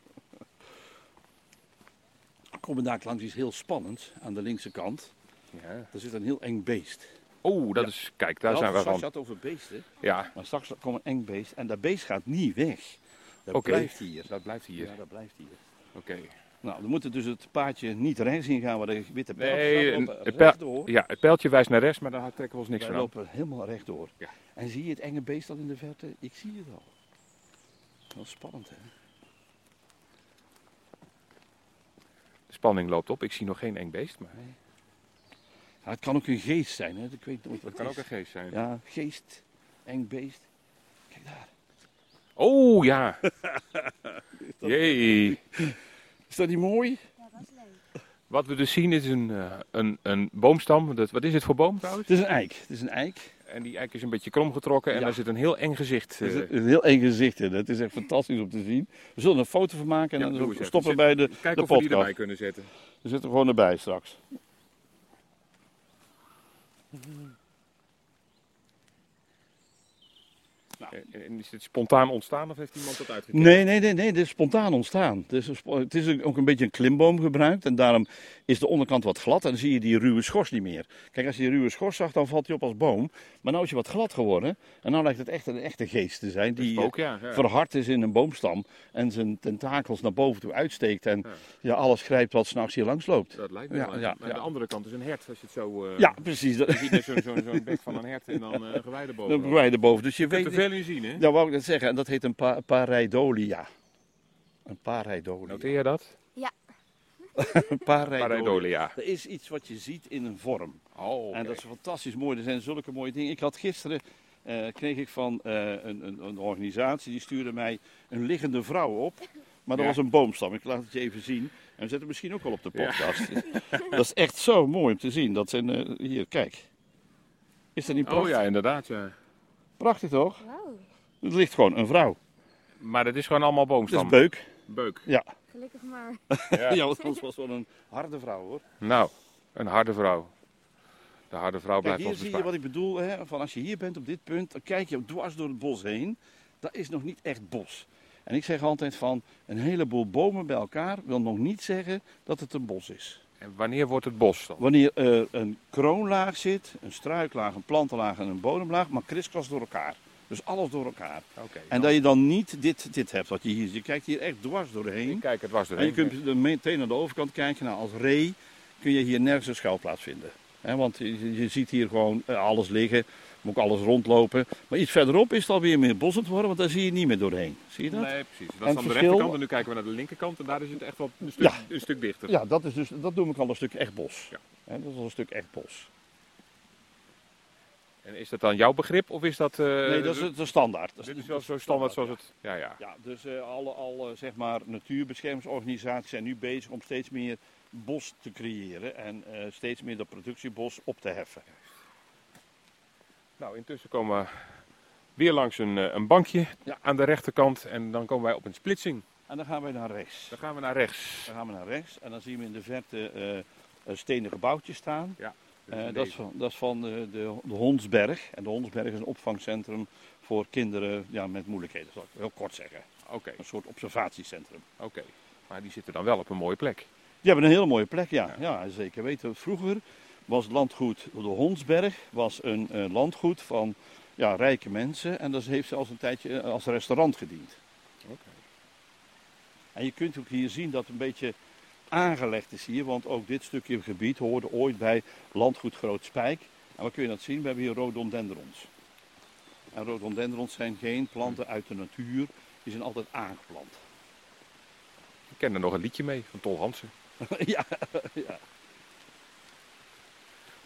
Er komt daar langs iets heel spannends aan de linkse kant. Ja. Er zit een heel eng beest. Oh, dat is. Kijk, daar zijn we Sascha van. had over beesten. Ja, Maar straks komt een eng beest. En dat beest gaat niet weg. Dat Oké. blijft hier. dat blijft Ja, hier. dat blijft hier. Oké. Nou, we moeten dus het paadje niet rechts in gaan waar de witte pijl Nee, staat. een- We lopen een pijl- rechtdoor. Ja, het pijltje wijst naar rechts, maar daar trekken we ons niks Wij van aan. lopen helemaal rechtdoor. Ja. En zie je het enge beest al in de verte? Ik zie het al. Wel spannend, hè? De spanning loopt op. Ik zie nog geen eng beest, maar Ja, het kan ook een geest zijn, hè? Ik weet nooit wat dat het kan ook is. een geest zijn. Ja, geest, eng beest. Kijk daar. Oh ja. Jee. Is dat niet mooi? Ja, dat is leuk. Wat we dus zien is een, eh, een, een boomstam. Dat, wat is het voor boom trouwens? Het is een eik. Het is een eik. En die eik is een beetje krom getrokken en Ja. daar zit een heel eng gezicht. Het is eh, een, een heel eng gezicht in. Het is echt fantastisch om te zien. We zullen er een foto van maken Ja, en doe dan eens even. stoppen we Zet- bij de, Kijk de of we die erbij podcast. kunnen zetten. We zitten gewoon erbij straks. En- En is dit spontaan ontstaan of heeft iemand dat uitgekomen? Nee, nee, nee, nee, dit is spontaan ontstaan. Het is, een spo- het is een- ook een beetje een klimboom gebruikt en daarom is de onderkant wat glad en dan zie je die ruwe schors niet meer. Kijk, als je die ruwe schors zag, dan valt hij op als boom. Maar nou is hij wat glad geworden en nou lijkt het echt een echte geest te zijn die Ook eh, ja. ja. verhard is in een boomstam en zijn tentakels naar boven toe uitsteekt en Ja. ja. alles grijpt wat s'nachts hier langs loopt. Dat lijkt me Ja, wel. ja, Maar aan ja. de andere kant is een hert als je het zo... eh, Ja, precies. Dat, Je ziet dus zo'n zo, zo'n bek van een hert en dan eh een gewei dat erboven. hebben wij erboven. Dus je Je kunt er weet. veel in zien, hè? Ja, wou ik dat zeggen. En dat heet een pa pareidolia. Een pareidolia. Noteer je dat? Een pareidolia. Pareidolia. Er is iets wat je ziet in een vorm. Oh, oké. En dat is fantastisch mooi. Er zijn zulke mooie dingen. Ik had gisteren, eh, kreeg ik van eh, een, een, een organisatie, die stuurde mij een liggende vrouw op. Maar dat Ja. was een boomstam. Ik laat het je even zien. En we zetten het misschien ook al op de podcast. dat is echt zo mooi om te zien. Dat zijn, eh, hier, kijk. Is dat niet prachtig? Oh ja, inderdaad, ja. Prachtig toch? Wauw. Er ligt gewoon een vrouw. Maar dat is gewoon allemaal Dat is boomstam. beuk. beuk. Gelukkig maar. Ja. Ja, want anders was wel een harde vrouw hoor. Nou, een harde vrouw. De harde vrouw Kijk, blijft hier ons zie je bespaard. wat ik bedoel. Hè, van als je hier bent op dit punt, dan kijk je dwars door het bos heen. Dat is nog niet echt bos. En ik zeg altijd van, een heleboel bomen bij elkaar wil nog niet zeggen dat het een bos is. En wanneer wordt het bos dan? Wanneer er een kroonlaag zit, een struiklaag, een plantenlaag en een bodemlaag, maar kriskras door elkaar. Dus alles door elkaar. Oké. En dat je dan niet dit, dit hebt wat je hier ziet. Je kijkt hier echt dwars doorheen. Kijk, het was En je er kunt er meteen naar de overkant kijken. Nou, als ree kun je hier nergens een schuilplaats vinden. Hè, want je, je ziet hier gewoon eh, alles liggen. Moet ook alles rondlopen. Maar iets verderop is het alweer meer bossend worden, want daar zie je niet meer doorheen. Zie je dat? Nee, precies. Dat is En aan het de verschil- rechterkant en nu kijken we naar de linkerkant en daar is het echt wel een stuk, Ja. een stuk dichter. Ja, dat, is dus, dat noem ik al een stuk echt bos. Ja. Hè, dat is al een stuk echt bos. En is dat dan jouw begrip of is dat... eh, nee, dat is het- de standaard. Dat Dit is wel zo standaard zoals het... Ja, ja. Ja, dus eh, alle, alle zeg maar, natuurbeschermingsorganisaties zijn nu bezig om steeds meer bos te creëren. En eh, steeds meer dat productiebos op te heffen. Nou, intussen komen we weer langs een, eh, een bankje Ja. aan de rechterkant en dan komen wij op een splitsing. En dan gaan wij naar rechts. Dan gaan we naar rechts. Dan gaan we naar rechts en dan zien we in de verte eh, een stenen gebouwtje staan. Dus Eh, in dat is deze. van, dat is van de, de, de Hondsberg. En de Hondsberg is een opvangcentrum voor kinderen ja, met moeilijkheden, zal ik heel kort zeggen. Oké, Een soort observatiecentrum. oké. Maar die zitten dan wel op een mooie plek. Die hebben een hele mooie plek, ja. ja. zeker weten. Vroeger was het landgoed de Hondsberg was een eh, landgoed van ja, rijke mensen. En dat heeft zelfs een tijdje eh, als restaurant gediend. En je kunt ook hier zien dat het een beetje aangelegd is hier. Want ook dit stukje gebied hoorde ooit bij landgoed Groot Spijk. En waar kun je dat zien? We hebben hier rhododendrons. En rhododendrons zijn geen planten uit de natuur. Die zijn altijd aangeplant. Ik ken er nog een liedje mee van Tol Hansen. ja, ja.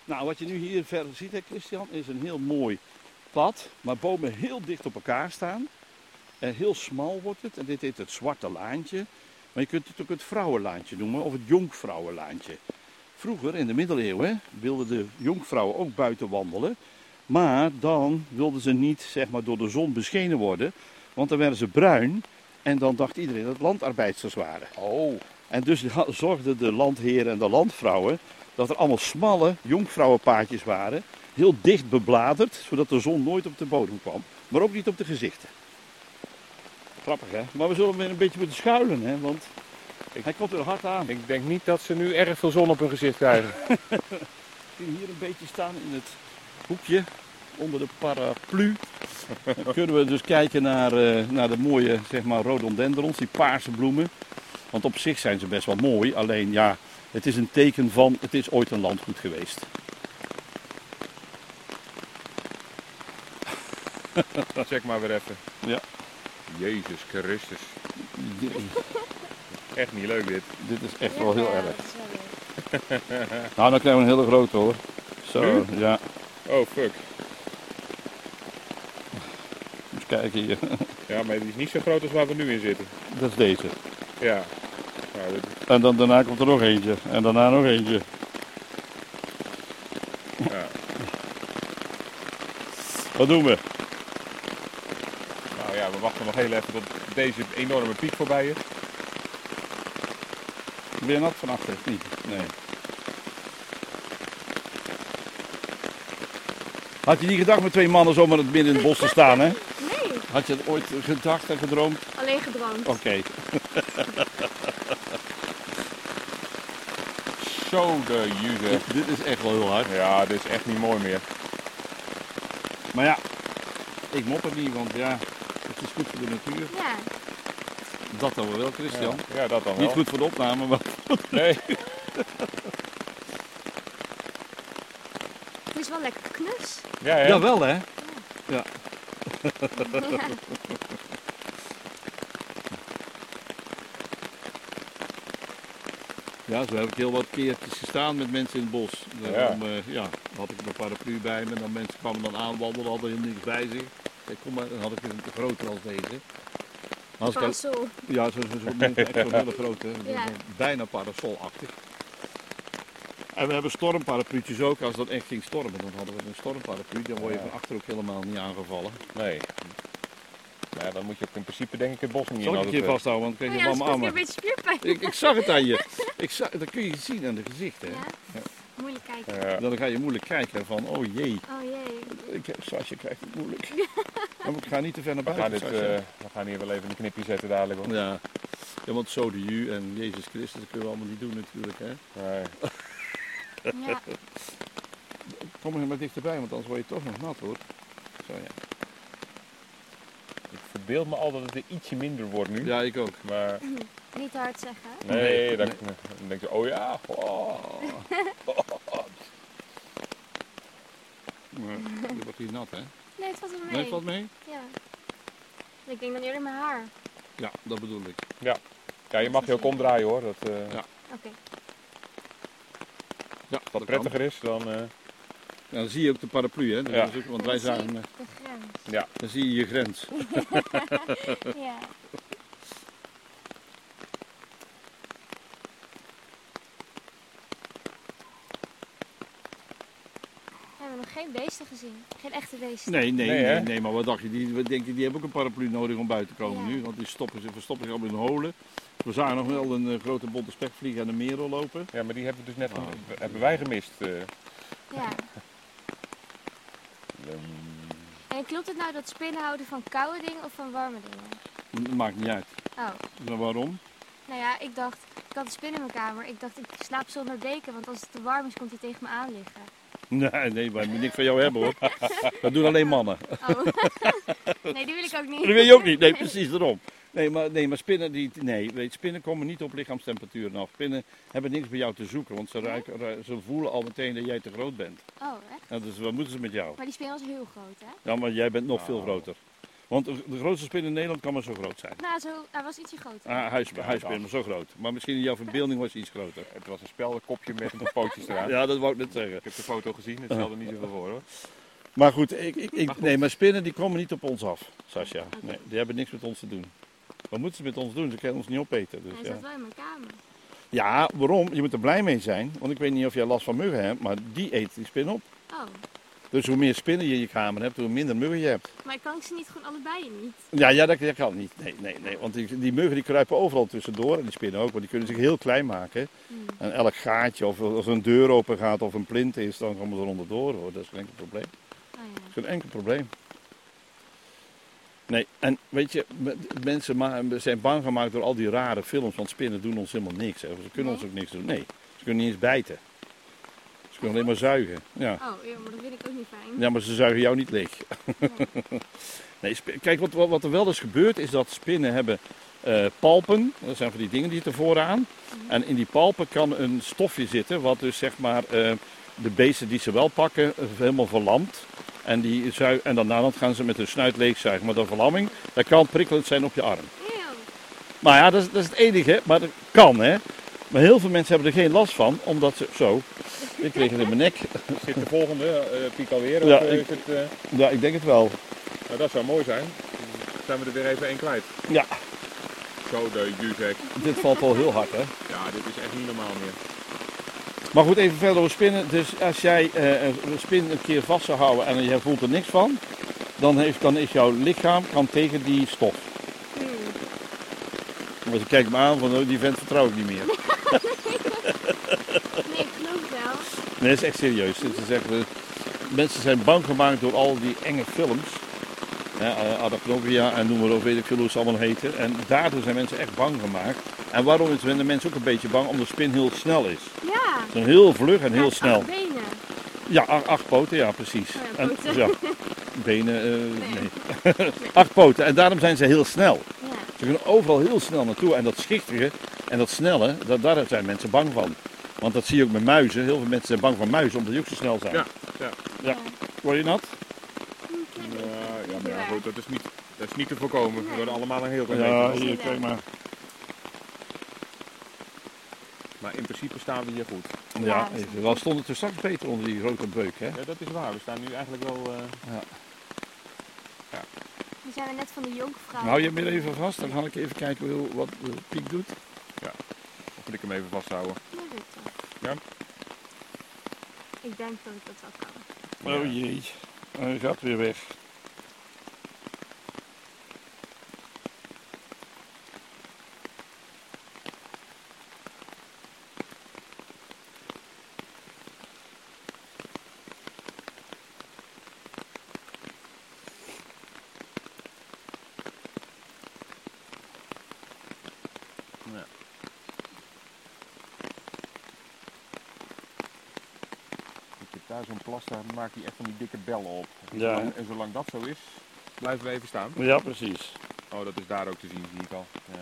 Nou, wat je nu hier verder ziet, hè, Christian, is een heel mooi pad. Maar bomen heel dicht op elkaar staan. En heel smal wordt het. En dit heet het zwarte laantje. Maar je kunt het ook het vrouwenlaantje noemen of het jonkvrouwenlaantje. Vroeger, in de middeleeuwen, wilden de jonkvrouwen ook buiten wandelen. Maar dan wilden ze niet zeg maar, door de zon beschenen worden. Want dan werden ze bruin. En dan dacht iedereen dat het landarbeidsters waren. Oh. En dus ha- zorgden de landheren en de landvrouwen dat er allemaal smalle jonkvrouwenpaadjes waren. Heel dicht bebladerd, zodat de zon nooit op de bodem kwam. Maar ook niet op de gezichten. Grappig hè? Maar we zullen weer een beetje moeten schuilen hè, want Ik- hij komt er hard aan. Ik denk niet dat ze nu erg veel zon op hun gezicht krijgen. Ik zie hem hier een beetje staan in het hoekje onder de paraplu. Dan kunnen we dus kijken naar, eh, naar de mooie zeg maar, rhododendrons, die paarse bloemen. Want op zich zijn ze best wel mooi, alleen ja, het is een teken van het is ooit een landgoed geweest. Check maar weer even. Ja. Jezus Christus. Dit, Echt niet leuk dit. dit is echt wel heel Ja, erg. dat is wel leuk. Nou, dan krijgen we een hele grote hoor. Zo, ja, Oh fuck. eens kijken hier. Ja, maar die is niet zo groot als waar we nu in zitten. Dat is deze. Ja. Nou, dit- En dan, daarna komt er nog eentje. En daarna nog eentje. ja. Wat doen we? Nou ja, we wachten nog heel even tot deze enorme piek voorbij is. Weer nat van achter, of niet? Nee. Had je niet gedacht met twee mannen zomaar het midden in het bos te staan, hè? Nee, Had je het ooit gedacht en gedroomd? alleen gedroomd. Oké. Zo de jude. Dit- Dit is echt wel heel hard. Ja, dit is echt niet mooi meer. Maar ja, ik mop het niet, want ja, het is goed voor de natuur. Ja, Dat dan wel, Christian. Ja, dat dan wel. Niet goed voor de opname, maar Nee. het is wel lekker knus. Ja, hè? jawel hè. Ja. Ja, zo heb ik heel wat keertjes gestaan met mensen in het bos. Daarom, eh, ja, had ik mijn paraplu bij me. En dan mensen kwamen dan aanwandelen, hadden helemaal niks bij zich. Ik zei, kom maar, dan had ik een groter als deze. Als ik al- Parasol. ja, zo'n zo, zo, echt zo'n hele grote. Ja. Bijna parasolachtig. En we hebben stormparapluutjes ook. Als het dan echt ging stormen, dan hadden we een stormparaplu. Dan word je Ja. van achter ook helemaal niet aangevallen. Nee. Maar Nou ja, dan moet je ook in principe denk ik het bos niet in. Zal ik als het het, je eh, vasthouden, want dan Oh krijg ja, je een dat is warme een armen. beetje spierpijn. Ik, ik zag het aan je. Ik zag, dat kun je het zien aan de gezichten. hè. Ja? Moeilijk kijken. ja. Dan ga je moeilijk kijken van, oh jee, Oh jee. ik heb Sasje krijgt het moeilijk. Maar ik ga niet te ver naar we, gaan buiten. dit, Sascha. eh, we gaan hier wel even een knipje zetten dadelijk. Hoor. eh, ja. ja, want zo de ju en Jezus Christus, dat kunnen we allemaal niet doen natuurlijk. Hè. Nee. Ja. Kom er maar dichterbij, want anders word je toch nog nat hoor. Zo, ja. Ik verbeeld me al dat het er ietsje minder wordt nu. Hm? ja, ik ook. Maar Niet hard zeggen. hè? nee, Nee, dan, dan denk je, oh ja. oh. Maar je wordt hier nat hè. Nee, het valt wel mee. Nee, valt mee? Ja. Ik denk dan eerder mijn haar. Ja, dat bedoel ik. Ja. ja, je mag je ook omdraaien hoor. Dat, eh, Ja. Oké. Ja, Wat dat prettiger is dan... eh, Ja, dan zie je ook de paraplu hè. Dat Ja. is ook- want Dan wij zie ik zagen, hem, eh, De grens. ja. dan zie je je grens. Ja. We hebben nog geen beesten gezien. Geen echte beesten. Nee, nee, Nee, nee, hè? nee, maar wat dacht je? Die, wat denk je, die hebben ook een paraplu nodig om buiten te komen Ja. nu. Want die stoppen ze, verstoppen zich allemaal in holen. We zagen nog wel een eh, grote bonte spekvlieg aan de merel lopen. ja, maar die hebben we dus net Oh. hebben wij gemist. eh. Ja. En klopt het nou dat spinnen houden van koude dingen of van warme dingen? Dat maakt niet uit. Oh, Maar waarom? nou ja, ik dacht, ik had een spin in mijn kamer. Ik dacht, ik slaap zonder deken, want als het te warm is, komt hij tegen me aan liggen. Nee, nee, wij moeten niks van jou hebben hoor. Dat doen alleen mannen. Oh. nee, die wil ik ook niet. Dat wil je ook niet. Nee, precies daarom. Nee, maar, nee, maar spinnen, die, nee, weet, je, spinnen komen niet op lichaamstemperatuur af. Spinnen hebben niks bij jou te zoeken, want ze, ruiken, ru- ze voelen al meteen dat jij te groot bent. Oh, echt? En dus wat moeten ze met jou? Maar die spin was heel groot, hè? Ja, maar jij bent nog veel Oh. groter. Want de de grootste spin in Nederland kan maar zo groot zijn. Nou, zo, hij was ietsje groter. Ah, huis, Ja, huispin, maar zo groot. Maar misschien in jouw verbeelding was hij iets groter. Het was een speldenkopje met een paar pootjes eraan. Ja, dat wou ik net zeggen. Ik heb de foto gezien, het stelde niet zoveel voor hoor. Maar goed, ik, ik, ik, nee, maar spinnen die komen niet op ons af, Sascha. Nee, die hebben niks met ons te doen. Wat moeten ze met ons doen? Ze kunnen ons niet opeten. Dus hij ja. zat wel in mijn kamer. ja, waarom? Je moet er blij mee zijn. Want ik weet niet of jij last van muggen hebt, maar die eet die spin op. Oh, Dus hoe meer spinnen je in je kamer hebt, hoe minder muggen je hebt. maar kan ik ze niet gewoon allebei niet? Ja, ja dat, dat kan niet. Nee, nee, nee. Want die, die muggen die kruipen overal tussendoor. En die spinnen ook, want die kunnen zich heel klein maken. Hmm. En elk gaatje, of als een deur open gaat of een plint is, dan komen ze er onderdoor hoor. Dat is geen enkel probleem. Oh ja. Geen enkel probleem. Nee, en weet je, me- mensen ma- zijn bang gemaakt door al die rare films, want spinnen doen ons helemaal niks. Hè. Ze kunnen Nee? ons ook niks doen. Nee, ze kunnen niet eens bijten. Ze kunnen alleen maar zuigen. Ja. Oh, ja, maar dat vind ik ook niet fijn. ja, maar ze zuigen jou niet leeg. Nee. Nee, sp- kijk, wat, wat, wat er wel eens gebeurt is dat spinnen hebben eh, palpen. Dat zijn van die dingen die zitten vooraan. En in die palpen kan een stofje zitten wat dus zeg maar eh, de beesten die ze wel pakken eh, helemaal verlamt. En, die zui- en daarna dan gaan ze met hun snuit leegzuigen. Maar de verlamming, dat kan prikkelend zijn op je arm. Eeuw. Maar ja, dat is, dat is het enige. Maar dat kan hè. Maar heel veel mensen hebben er geen last van, omdat ze... Zo, ik kreeg het in mijn nek. Zit de volgende eh, piek alweer? Of, Ja, eh, ik- is het, eh, Ja, ik denk het wel. nou, dat zou mooi zijn. Dan zijn we er weer even één kwijt. Ja, Zo de Juzek. dit valt wel heel hard hè. Ja, dit is echt niet normaal meer. Maar goed, even verder over spinnen. Dus als jij eh, een spin een keer vast zou houden en je voelt er niks van, dan, heeft, dan is jouw lichaam kan tegen die stof. Mm. Maar ze kijkt me aan van, oh, die vent vertrouw ik niet meer. Nee, ik geloof wel. Nee, dat is echt serieus. Dit is echt, eh, mensen zijn bang gemaakt door al die enge films. Hè, eh, Arachnobia en noem maar op, weet ik veel hoe ze allemaal heten. En daardoor zijn mensen echt bang gemaakt. En waarom zijn de mensen ook een beetje bang? Omdat de spin heel snel is. Ja. Ze zijn heel vlug en Hij heel heeft snel. acht benen. Ja, a- acht poten, ja precies. Oh ja, En, poten. ja, benen, eh, nee. Nee. acht poten. En daarom zijn ze heel snel. Ja. Ze kunnen overal heel snel naartoe. En dat schichtige en dat snelle, dat, daar zijn mensen bang van. Want dat zie je ook met muizen. Heel veel mensen zijn bang van muizen, omdat die ook zo snel zijn. Ja, ja. Ja. Word je nat? Een klein beetje. Ja, ja, maar ja, goed, dat is niet, dat is niet te voorkomen. We worden allemaal een heel klein Ja, beetje. hier, kijk maar. Maar in principe staan we hier goed. Ja, even. wel stond het er straks beter onder die grote beuk, hè? Ja, dat is waar. We staan nu eigenlijk wel... eh, Die zijn we net van de jonkvrouw. Hou je hem weer even vast, dan ga ik even kijken hoe- wat de piek doet. moet ik hem even vasthouden. Dat lukt wel. Ja? Ik denk dat ik dat wel kan. Ja. Oh jee, hij gaat weer weg. Ik heb daar zo'n plas, daar maakt hij echt van die dikke bellen op. En Ja. zolang- en zolang dat zo is, blijven we even staan. Ja, precies. Oh, dat is daar ook te zien, zie ik al. Ja.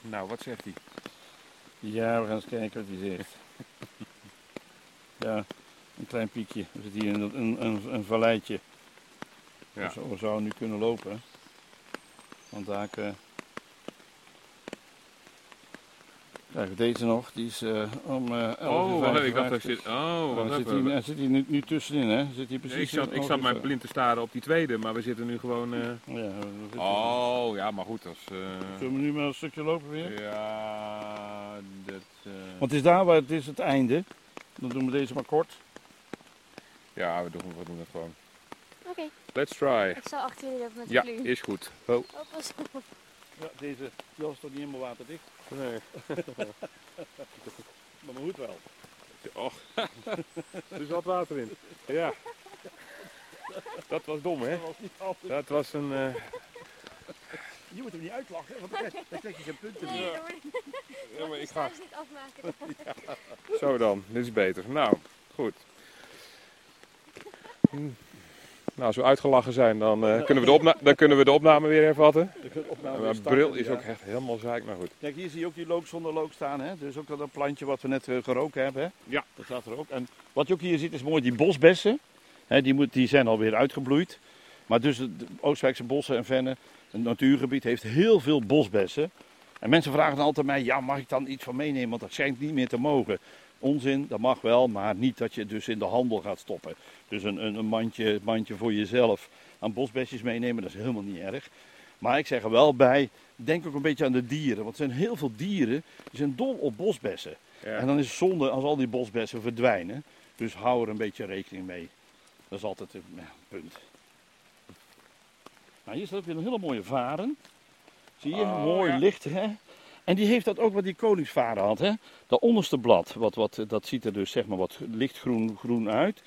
Nou, wat zegt hij? Ja, we gaan eens kijken wat hij zegt. ja, een klein piekje. We zitten hier in een, een, een, een valleitje. Ja. We, zou- we zouden nu kunnen lopen. Want daar eh, krijgen we deze nog. Die is eh, om eh 11 Oh, wacht even, ik dacht dat ik zit. Oh, Hij wacht zit, even. hij, hij zit hier nu, nu tussenin, hè? Zit hij precies Ik zat, in- ik zat oh, maar zo. blind te staren op die tweede, maar we zitten nu gewoon. eh, Ja, we zitten- Oh, ja, maar goed, dat is. eh, Zullen we nu maar een stukje lopen weer? Ja, dat. eh, Want het is daar waar het is het einde. Dan doen we deze maar kort. Ja, we doen, we doen het gewoon. Oké, Let's try. ik zal achter jullie lopen met de Ja, kluw. is goed. Oh, pas op. Ja, deze jas is toch niet helemaal waterdicht? Nee. Maar mijn hoed wel. Och, Er zat water in. ja. Dat was dom, hè? Dat was een. eh, Je moet hem niet uitlachen, want dan krijg, dan krijg je geen punten Nee, dat wordt niet. ja, maar Ik ik ga ga. niet afmaken. Zo dan, dit is beter. Nou, goed. Hm. Nou, als we uitgelachen zijn, dan, eh, kunnen, we de opna- dan kunnen we de opname weer hervatten. Mijn bril is ook echt helemaal zaak, maar goed. Kijk, hier zie je ook die look zonder look staan. Hè? Dus ook dat plantje wat we net eh, geroken hebben. Hè? Ja. Dat staat er ook. En wat je ook hier ziet is mooi die bosbessen. Hè, die, moet, die zijn alweer uitgebloeid. Maar dus het- de Oostwijkse bossen en vennen, het natuurgebied, heeft heel veel bosbessen. En mensen vragen dan altijd mij, ja mag ik dan iets van meenemen? Want dat schijnt niet meer te mogen. Onzin, dat mag wel, maar niet dat je het dus in de handel gaat stoppen. Dus een, een, een mandje, mandje voor jezelf aan bosbesjes meenemen, dat is helemaal niet erg. Maar ik zeg er wel bij, denk ook een beetje aan de dieren. Want er zijn heel veel dieren die zijn dol op bosbessen. Ja. En dan is het zonde als al die bosbessen verdwijnen. Dus hou er een beetje rekening mee. Dat is altijd een ja, punt. Nou, hier staat ook weer een hele mooie varen. Zie je, Oh, mooi ja. licht hè. En die heeft dat ook wat die koningsvaren had hè. Dat onderste blad, wat, wat, dat ziet er dus zeg maar wat lichtgroen groen uit.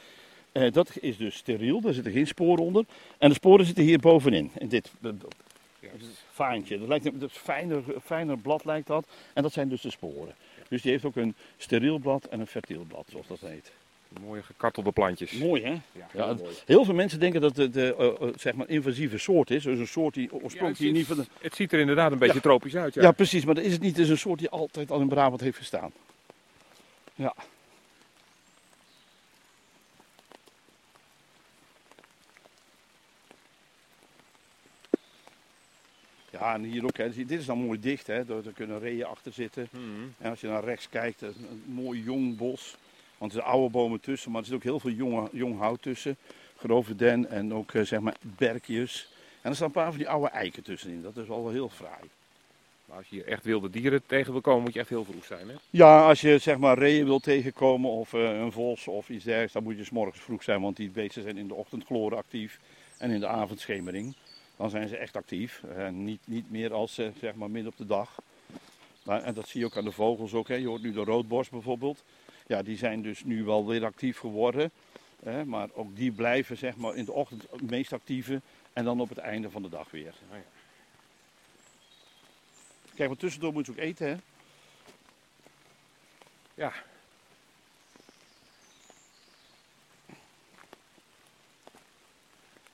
Eh, dat is dus steriel, daar zitten geen sporen onder. En de sporen zitten hier bovenin. In dit eh, vaantje. Dat lijkt een dat is fijner, fijner blad lijkt dat. En dat zijn dus de sporen. Dus die heeft ook een steriel blad en een fertiel blad, zoals dat heet. Mooie gekartelde plantjes. Mooi hè? Ja, Ja, heel het- mooi. heel veel mensen denken dat het de, eh, eh, zeg maar invasieve soort is. Dus een soort die Ja, het, oorspronkelijk hier ziet, niet van de... het ziet er inderdaad een beetje tropisch uit. Ja. Ja, precies. Maar dat is het niet. Het is een soort die altijd al in Brabant heeft gestaan. Ja. Ja, en hier ook. Hè. Zie, Dit is dan mooi dicht. Hè. Daar daar kunnen reeën achter zitten. Mhm. En als je naar rechts kijkt, dat is een mooi jong bos. Want er zijn oude bomen tussen, maar er zit ook heel veel jonge, jong hout tussen. Grove den en ook eh, zeg maar berkjes. En er staan een paar van die oude eiken tussenin. Dat is al heel fraai. Maar als je hier echt wilde dieren tegen wil komen, moet je echt heel vroeg zijn. Hè? Ja, als je zeg maar reeën wil tegenkomen of eh, een vos of iets dergelijks, dan moet je 's morgens vroeg zijn. Want die beesten zijn in de ochtendgloren actief en in de avondschemering. Dan zijn ze echt actief. En niet, niet meer als eh, zeg maar midden op de dag. Maar, en dat zie je ook aan de vogels ook. Hè. Je hoort nu de roodborst bijvoorbeeld. Ja, die zijn dus nu wel weer actief geworden. Hè. Maar ook die blijven zeg maar in de ochtend het meest actieve. En dan op het einde van de dag weer. ja. Kijk, maar tussendoor moeten ze ook eten hè. Ja.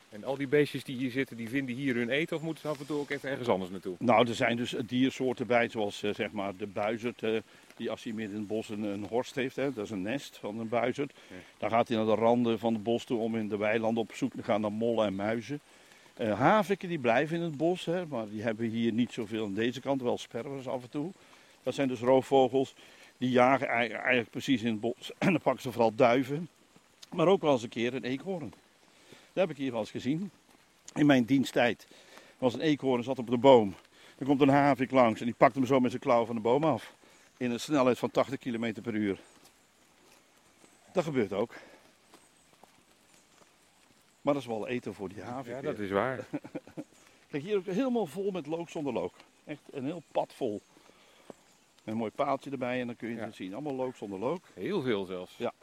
En al die beestjes die hier zitten, die vinden hier hun eten of moeten ze af en toe ook even ergens anders naartoe? Nou, er zijn dus diersoorten bij, zoals eh, zeg maar de buizerd, eh, die als hij midden in het bos een, een horst heeft, hè, dat is een nest van een buizerd. Ja. Dan gaat hij naar de randen van het bos toe om in de weilanden op zoek te gaan naar mollen en muizen. Eh haviken die blijven in het bos, hè, maar die hebben hier niet zoveel aan deze kant, wel sperwers af en toe. Dat zijn dus roofvogels Die jagen ei- eigenlijk precies in het bos. En dan pakken ze vooral duiven. Maar ook wel eens een keer een eekhoorn. Dat heb ik hier wel eens gezien. In mijn diensttijd was een eekhoorn zat op de boom. Er komt een havik langs en die pakt hem zo met zijn klauw van de boom af. In een snelheid van 80 km per uur. Dat gebeurt ook. Maar dat is wel eten voor die havik. Ja, weer. dat is waar. Kijk, hier ook helemaal vol met look zonder look. Echt een heel pad vol. Met een mooi paaltje erbij en dan kun je Ja. het zien. Allemaal look zonder look. Heel veel zelfs. Ja,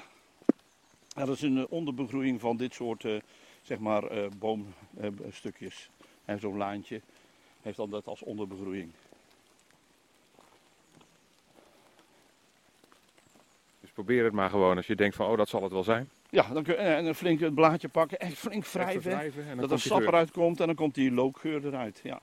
dat is een eh, onderbegroeiing van dit soort eh, zeg maar, boomstukjes. en zo'n laantje heeft dan dat als onderbegroeiing. Dus probeer het maar gewoon als je denkt van, oh dat zal het wel zijn. Ja, dan kun je eh, en een flink het blaadje pakken. Echt flink Even wrijven. wrijven en dan Dat er komt die sap geur. eruit komt en dan komt die lookgeur eruit. Ja.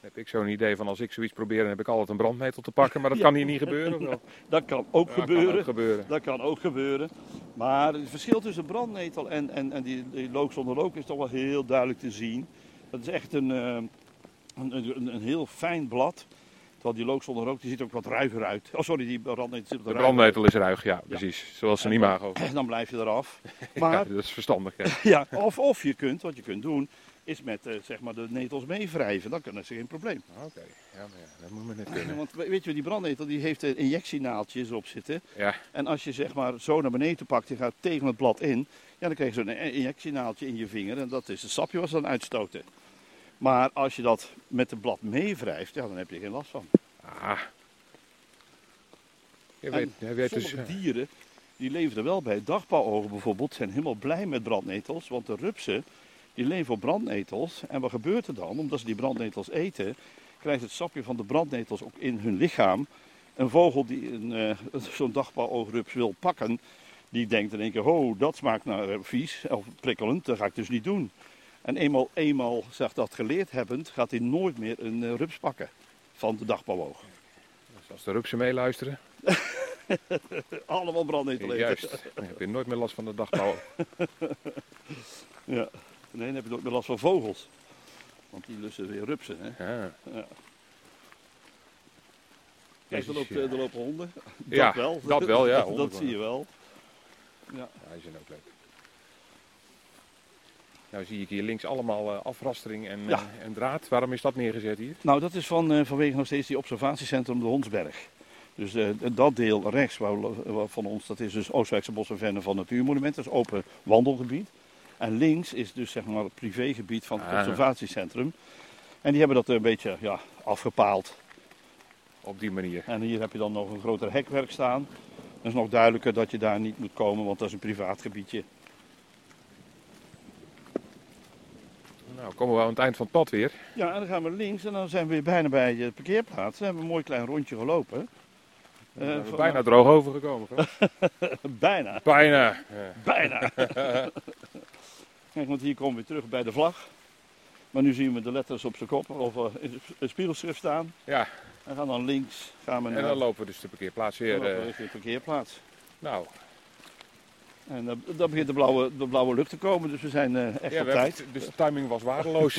Dan heb ik zo'n idee van, als ik zoiets probeer, dan heb ik altijd een brandnetel te pakken. Maar dat Ja. kan hier niet gebeuren. of wel? Dat kan ook Ja, gebeuren. Kan ook gebeuren. Dat kan ook gebeuren. Maar het verschil tussen brandnetel en, en, en die, die look zonder look is toch wel heel duidelijk te zien. Dat is echt een, eh, een, een, een heel fijn blad. Terwijl die look zonder rook, die ziet er ook wat ruiger uit. Oh, sorry, die brandnetel zit op De de ruiger. brandnetel is ruig, ja, precies. Zoals een En imago. Dan blijf je eraf. Ja, Maar, dat is verstandig. Ja. ja, of, of je kunt, wat je kunt doen, is met eh, zeg maar de netels meewrijven. Dan kunnen ze geen probleem. Oké, ja, maar ja, dat moet me net Ja, kunnen. Want we- weet je, die brandnetel die heeft er injectienaaltjes op zitten. Ja. En als je zeg maar zo naar beneden pakt en gaat tegen het blad in, ja, dan krijg je zo'n in- injectienaaltje in je vinger. En dat is het sapje wat ze dan uitstoten. Maar als je dat met het blad meewrijft, ja, dan heb je er geen last van. Ah. Je En weet, je weet dus, Sommige dieren die leven er wel bij. Dagpauwogen bijvoorbeeld zijn helemaal blij met brandnetels. Want de rupsen die leven op brandnetels. En wat gebeurt er dan? Omdat ze die brandnetels eten, krijgt het sapje van de brandnetels ook in hun lichaam. Een vogel die een, eh, zo'n dagpauwoogrups wil pakken, die denkt in één keer: oh, dat smaakt nou eh, vies of prikkelend, dat ga ik dus niet doen. En eenmaal, eenmaal zeg dat geleerd hebbend, gaat hij nooit meer een eh, rups pakken van de dagpauwoog. als de rupsen meeluisteren. Allemaal brandnetel eten. Juist. Dan heb je nooit meer last van de nou. dagbouw. Ja. Nee, dan heb je ook meer last van vogels. Want die lussen weer rupsen, hè. Ja. Kijk, er, loopt, eh, er lopen honden. Dat Ja, wel. dat wel, ja, dat, honden wel. zie je wel. Ja, die zijn ook leuk. Nou zie ik hier links allemaal eh, afrastering en, Ja. eh, en draad. Waarom is dat neergezet hier? Nou, dat is van, eh, vanwege nog steeds die observatiecentrum de Hondsberg. Dus eh, dat deel rechts waar, we- waar van ons, dat is dus Oostwijkse Bos en Vennen van Natuurmonumenten. Dat is open wandelgebied. En links is dus zeg maar het privégebied van het Ah. observatiecentrum. En die hebben dat een beetje ja, afgepaald. Op die manier. En hier heb je dan nog een groter hekwerk staan. Dat is nog duidelijker dat je daar niet moet komen, want dat is een privaat gebiedje. Nou, komen we aan het eind van het pad Eh, weer. Ja, en dan gaan we links en dan zijn we weer bijna bij de parkeerplaats. We hebben een mooi klein rondje gelopen. We zijn Eh, er van- bijna droog overgekomen. gast. Bijna, bijna. eh, Ja. bijna. Kijk, want hier komen we terug bij de vlag. Maar nu zien we de letters op zijn kop of eh, in het spiegelschrift staan. Ja, En gaan dan links gaan we naar en dan lopen we dus de parkeerplaats dan weer. lopen we eh, richting de parkeerplaats. nou, En dan, dan begint de blauwe, de blauwe lucht te komen, dus we zijn eh, echt Ja, op we hebben- tijd. dus de timing was waardeloos.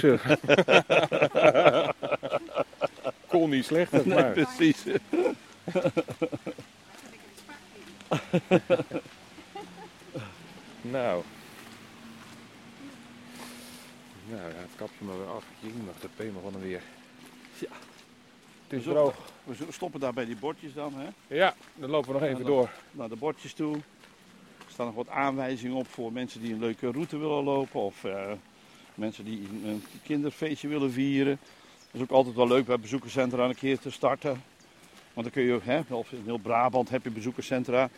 Kon niet slechter, Nee, maar precies. nou. Nou, ja, het kapje maar weer af. Jemig, de pemel van hem weer. Ja. Het is Zo. droog. We zo- stoppen daar bij die bordjes dan, hè? Ja, dan lopen we nog even door. naar de bordjes toe. Er staan nog wat aanwijzingen op voor mensen die een leuke route willen lopen of eh, mensen die een, een kinderfeestje willen vieren. Dat is ook altijd wel leuk bij bezoekerscentra een keer te starten. Want dan kun je ook, hè, of in heel Brabant heb je bezoekerscentra.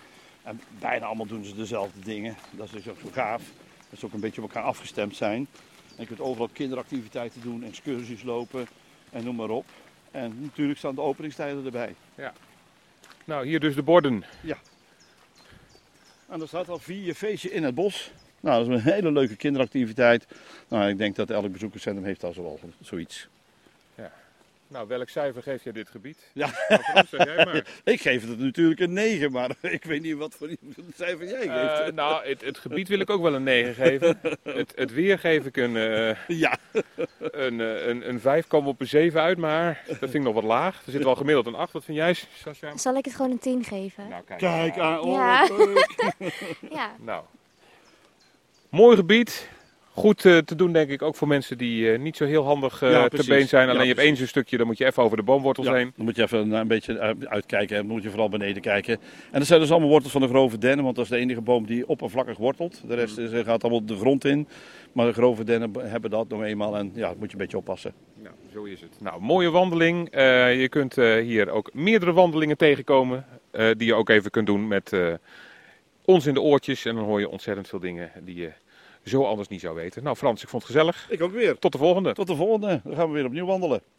En bijna allemaal doen ze dezelfde dingen. Dat is dus ook zo gaaf. Dat ze ook een beetje op elkaar afgestemd zijn. En je kunt overal kinderactiviteiten doen, excursies lopen en noem maar op. En natuurlijk staan de openingstijden erbij. Nou, hier dus de borden. En er staat al vier feestje in het bos. Nou, dat is een hele leuke kinderactiviteit. Nou, ik denk dat elk bezoekerscentrum heeft daar zo wel zoiets. Nou, welk cijfer geef jij dit gebied? Ja. Alfons, zeg jij maar. Ik geef het natuurlijk een 9, maar ik weet niet wat voor cijfer jij geeft. Eh, nou, het, het gebied wil ik ook wel een 9 geven. Het, het weer geef ik een, eh ja, een, eh, een, een 5, komen we op een 7 uit, maar dat vind ik nog wat laag. Er zit wel gemiddeld een 8. Wat vind jij, Sascha? Zal ik het gewoon een 10 geven? Nou, kijk. kijk aan. Oh, Ja. wat leuk. Ja. Nou, mooi gebied. Goed eh, te doen, denk ik, ook voor mensen die eh, niet zo heel handig eh, Ja, te precies. been zijn. Ja, Alleen je hebt precies. één zo'n stukje, dan moet je even over de boomwortels Ja, heen. Dan moet je even eh, een beetje eh, uitkijken. Dan moet je vooral beneden kijken. En dat zijn dus allemaal wortels van de grove dennen. Want dat is de enige boom die oppervlakkig wortelt. De rest is, eh, gaat allemaal de grond in. Maar de grove dennen b- hebben dat nog eenmaal. En ja, dat moet je een beetje oppassen. Nou, zo is het. Nou, mooie wandeling. Eh, je kunt eh, hier ook meerdere wandelingen tegenkomen. eh, die je ook even kunt doen met eh, ons in de oortjes. En dan hoor je ontzettend veel dingen die je zo anders niet zou weten. Nou, Frans, ik vond het gezellig. Ik ook weer. Tot de volgende. Tot de volgende. Dan gaan we weer opnieuw wandelen.